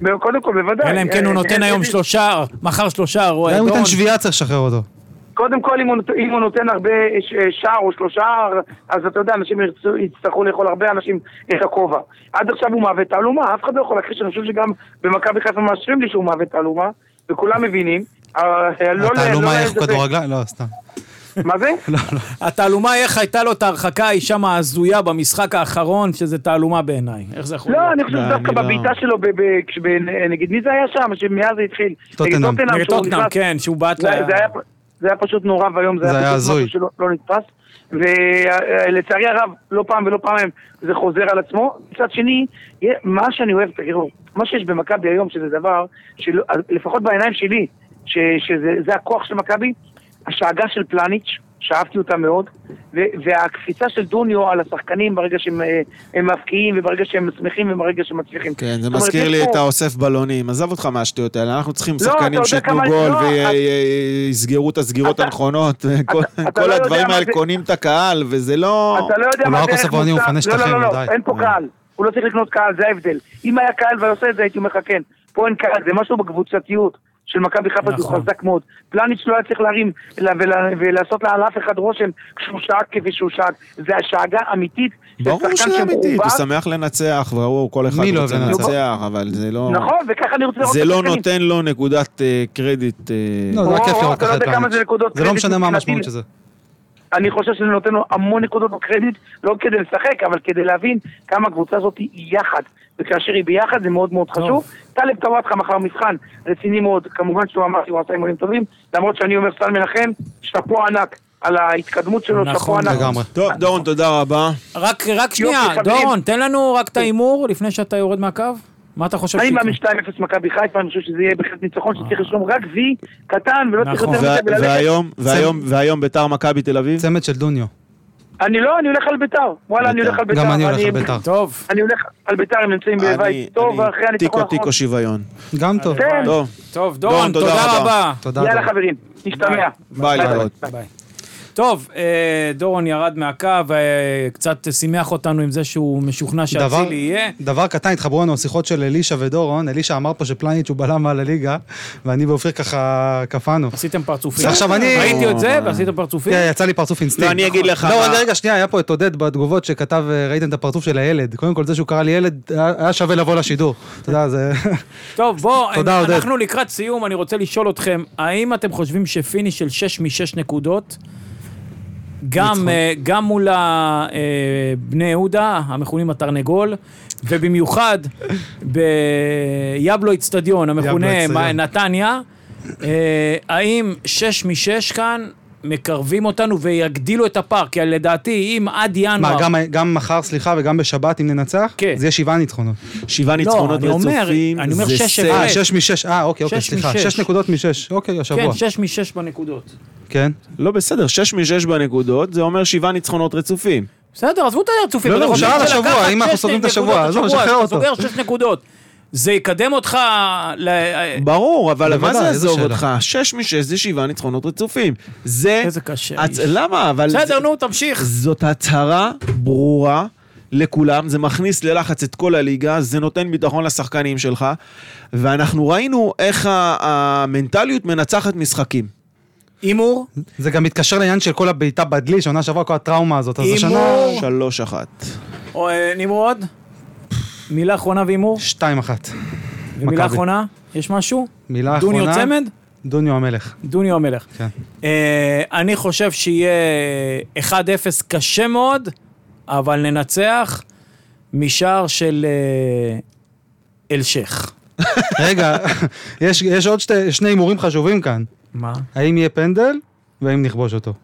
דוניו- קודם כל, בוודאי.
אלא אם כן הוא
אה,
נותן
אה,
היום
אה,
שלושה, מחר שלושה, רואה
גם אם הוא
דורון.
ייתן שביעייה צריך לשחרר אותו.
קודם כל, אם הוא, נות- אם הוא נותן הרבה אה, ש- שער או שלושה, אז אתה יודע, אנשים ירצו, יצטרכו לאכול הרבה אנשים את הכובע. עד עכשיו הוא מהווה תעלומה, אף אחד לא יכול להכחיש, אני חושב שגם במכבי חיפה מאשרים לי שהוא מהווה תעלומה, וכולם מבינים. אה, לא- לא- לא-
התעלומה איך
לא-
כדורגליים? לא, סתם.
מה זה?
התעלומה איך הייתה לו את ההרחקה היא שם ההזויה במשחק האחרון, שזה תעלומה בעיניי. איך זה יכול להיות?
לא, אני חושב
לא,
שדווקא
אני לא.
בבעיטה שלו, ב- ב- כש- ב- נגד מי זה היה שם, שמאז זה התחיל?
טוטנהאם.
נגד
נגד
שהוא
טוטנאם,
נכנס-
כן, שהוא בעט
זה
ל...
זה היה- זה היה פשוט נורא ואיום,
זה היה
פשוט
הזוי.
משהו שלא לא נתפס. ולצערי הרב, לא פעם ולא פעמיים זה חוזר על עצמו. מצד שני, יה- מה שאני אוהב, תראו, מה שיש במכבי היום, שזה דבר, שלא- לפחות בעיניים שלי, ש- שזה זה הכוח של מכבי, השאגה של פלניץ', שאהבתי אותה מאוד, ו- והקפיצה של דוניו על השחקנים ברגע שהם אה, הם מפקיעים, וברגע שהם שמחים, וברגע שהם מצליחים.
כן, זה
זאת אומרת,
מזכיר
יש
לי
פה- לא,
את האוסף בלונים. עזב אותך מהשטויות האלה, אנחנו צריכים
אתה
שחקנים
יודע
שייתנו
כמה-
גול
לא, אתה-
ויסגרו את הסגירות
אתה-
הנכונות. כל-
אתה לא
כל
יודע
הדברים
מה
האלה
זה-
קונים את הקהל, וזה לא...
אתה לא יודע
הוא
מה
לא רק
דרך
עושה פרעונים, הוא
מוצא-
מפנה
לא,
שטחים,
לא, לא,
די.
לא, אין פה
אה.
קהל. הוא לא צריך לקנות קהל, זה ההבדל. אם היה קהל והיה עושה את זה, הייתי אומר לך כן. פה אין קהל, זה משהו בקבוצתיות של מכבי חיפה, זה
נכון.
חזק מאוד. פלניץ' לא היה צריך להרים לה- ולה- ולעשות לה על אף אחד רושם כשהוא שאג כפי שהוא שאג. זה השאגה האמיתית. של
ברור
שחקן
שזה
שמחובר.
אמיתי, הוא שמח לנצח, ברור, כל אחד
מי לא
רוצה
אוהב לנצח?
לנצח, אבל זה לא...
נכון, וככה אני רוצה לראות
זה
את
לא
השחקנים.
נותן לו נקודת אה, קרדיט. אה,
לא, זה היה
או,
כיף
או,
לראות
אתה לא
ככה את
יודע כמה זה נקודות
זה לא
קרדיט
משנה מה
מבחינתי.
המשמעות של זה.
אני חושב שזה נותן לו המון נקודות בקרדיט, לא כדי לשחק, אבל כדי להבין כמה הקבוצה הזאת היא יחד. וכאשר היא ביחד זה מאוד מאוד
טוב.
חשוב. טלב טוואטחה מחר מבחן רציני מאוד, כמובן שהוא אמר שהוא עשה אימונים טובים, למרות שאני אומר סל מנחם, שאפו ענק על ההתקדמות שלו, שאפו
נכון,
ענק.
לגמרי.
טוב, דורון, תודה רבה.
רק רק שנייה,
חברים.
דורון, תן לנו רק את ההימור לפני שאתה יורד מהקו. מה אתה חושב
אני
שיקרה?
מאמין 2-0 מכבי חיפה, אני חושב שזה יהיה בהחלט ניצחון שצריך לשלום רק וי קטן ולא צריך
נכון.
יותר
וה-
מזה וללכת.
והיום- והיום- והיום ביתר מכבי תל אביב?
צמד של דוניו.
אני לא, אני הולך על ביתר. וואלה, אני
בית"ר.
הולך על ביתר.
גם אני הולך
אני-
על ביתר.
טוב,
אני הולך על ביתר, הם נמצאים
אני-
בבית טוב,
אני-
אחרי הניצחון
טיקו
האחרון.
טיקו שוויון.
גם טוב.
כן,
טוב,
טוב, דורון,
דורון, תודה
תודה
רבה.
רבה.
תודה.
יאללה
דורון.
חברים, נשתמע.
ביי להתראות.
ביי. טוב, אה, דורון ירד מהקו, אה, קצת שימח אותנו עם זה שהוא משוכנע
דבר,
שאצילי יהיה.
דבר קטן, התחברו לנו השיחות של אלישע ודורון. אלישע אמר פה שפלניץ' הוא בלם על הליגה, ואני ואופיר ככה קפאנו.
עשיתם פרצופים.
עכשיו אני-
ראיתי את זה ועשיתם פרצופים.
כן, יצא לי פרצוף אינסטינקט.
לא, אני אגיד לך
לא,
מה-
רגע, רגע, שנייה, היה פה את עודד בתגובות שכתב, אה, ראיתם את הפרצוף של הילד. קודם כל, זה שהוא קרא לי ילד, היה היה שווה לבוא לשידור. אתה יודע, זה...
טוב, בוא,
תודה,
תודה,
עודד.
אנחנו לקראת סיום, אני רוצה לשאול אתכם, האם אתם חושבים שפיני של 6 מ-6 נקודות גם,
ניצחון.
אה, גם מול ה- אה, בני יהודה, המכונים התרנגול, ובמיוחד ביבלו אצטדיון, המכונה
יבלו
מה-
אצטדיון.
נתניה. אה, האם שש משש כאן מקרבים אותנו ויגדילו את הפער? כי לדעתי, אם עד ינואר...
מה, גם, גם מחר, סליחה, וגם בשבת, אם ננצח?
לא. כן.
זה יהיה שבעה ניצחונות.
שבעה ניצחונות
לא, אני אומר-
רצופים,
אני אומר
זה
שש
סט.
הפרש.
אה, שש משש, אה, אוקיי, אוקיי,
שש
סליחה.
משש.
שש נקודות משש, אוקיי, השבוע.
כן, שש משש בנקודות.
כן.
לא, בסדר, שש משש בנקודות, זה אומר שבעה ניצחונות רצופים.
בסדר, עזבו את הרצופים.
לא, לא,
אני
הוא
חושב
שאל
שלקחת
השבוע,
שש
אם אנחנו סוגרים את השבוע,
נקודות
עזוב,
השבוע,
נשחרר
אתה
אותו.
סוגר שש נקודות. זה יקדם אותך ל...
ברור, אבל מה
בוודאי,
זה
איזו
עזוב
שאלה.
אותך? שש משש זה שבעה ניצחונות רצופים. זה...
איזה קשה,
הצ-
איש.
למה? אבל...
בסדר,
זה-
נו, תמשיך.
זאת הצהרה ברורה לכולם, זה מכניס ללחץ את כל הליגה, זה נותן ביטחון לשחקנים שלך, ואנחנו ראינו איך ה- המנטליות מנצחת משחקים.
הימור?
זה גם מתקשר לעניין של כל הבעיטה בדלי, שעונה שעברה כל הטראומה הזאת, אז
הימור.
השנה...
שלוש אחת.
או, אה, נמרוד? מילה אחרונה והימור?
שתיים אחת.
ומילה אחרונה? יש משהו?
מילה אחרונה.
דוניו צמד?
דוניו המלך.
דוניו המלך.
כן.
אה, אני חושב שיהיה 1-0 קשה מאוד, אבל ננצח משער של אה, אלשיך.
רגע, יש, יש עוד שתי, שני הימורים חשובים כאן.
מה?
האם יהיה פנדל, והאם נכבוש אותו.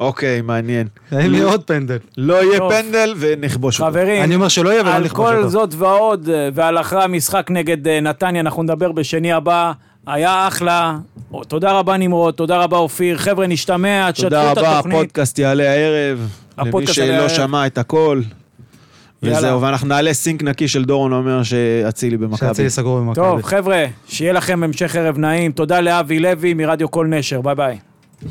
אוקיי, מעניין.
האם יהיה עוד פנדל.
לא יהיה
טוב.
פנדל ונכבוש אותו.
חברים,
אני אומר שלא יהיה ולא
על
נכבוש
כל
אותו.
זאת ועוד, אה, ועל אחרי המשחק נגד אה, נתניה, אנחנו נדבר בשני הבא. היה אחלה. או, תודה רבה נמרוד, תודה רבה אופיר. חבר'ה, נשתמע, תשתפו את
תודה
התוכנית.
רבה, הפודקאסט יעלה הערב. למי
הפודקאסט יעלה
שלא
הערב.
שמע את הכל.
יאללה.
וזהו, ואנחנו נעלה סינק נקי של דורון אומר שאצילי במכבי.
שאצילי סגור במכבי.
טוב, חבר'ה, שיהיה לכם המשך ערב נעים. תודה לאבי לוי מרדיו כל נשר. ביי ביי.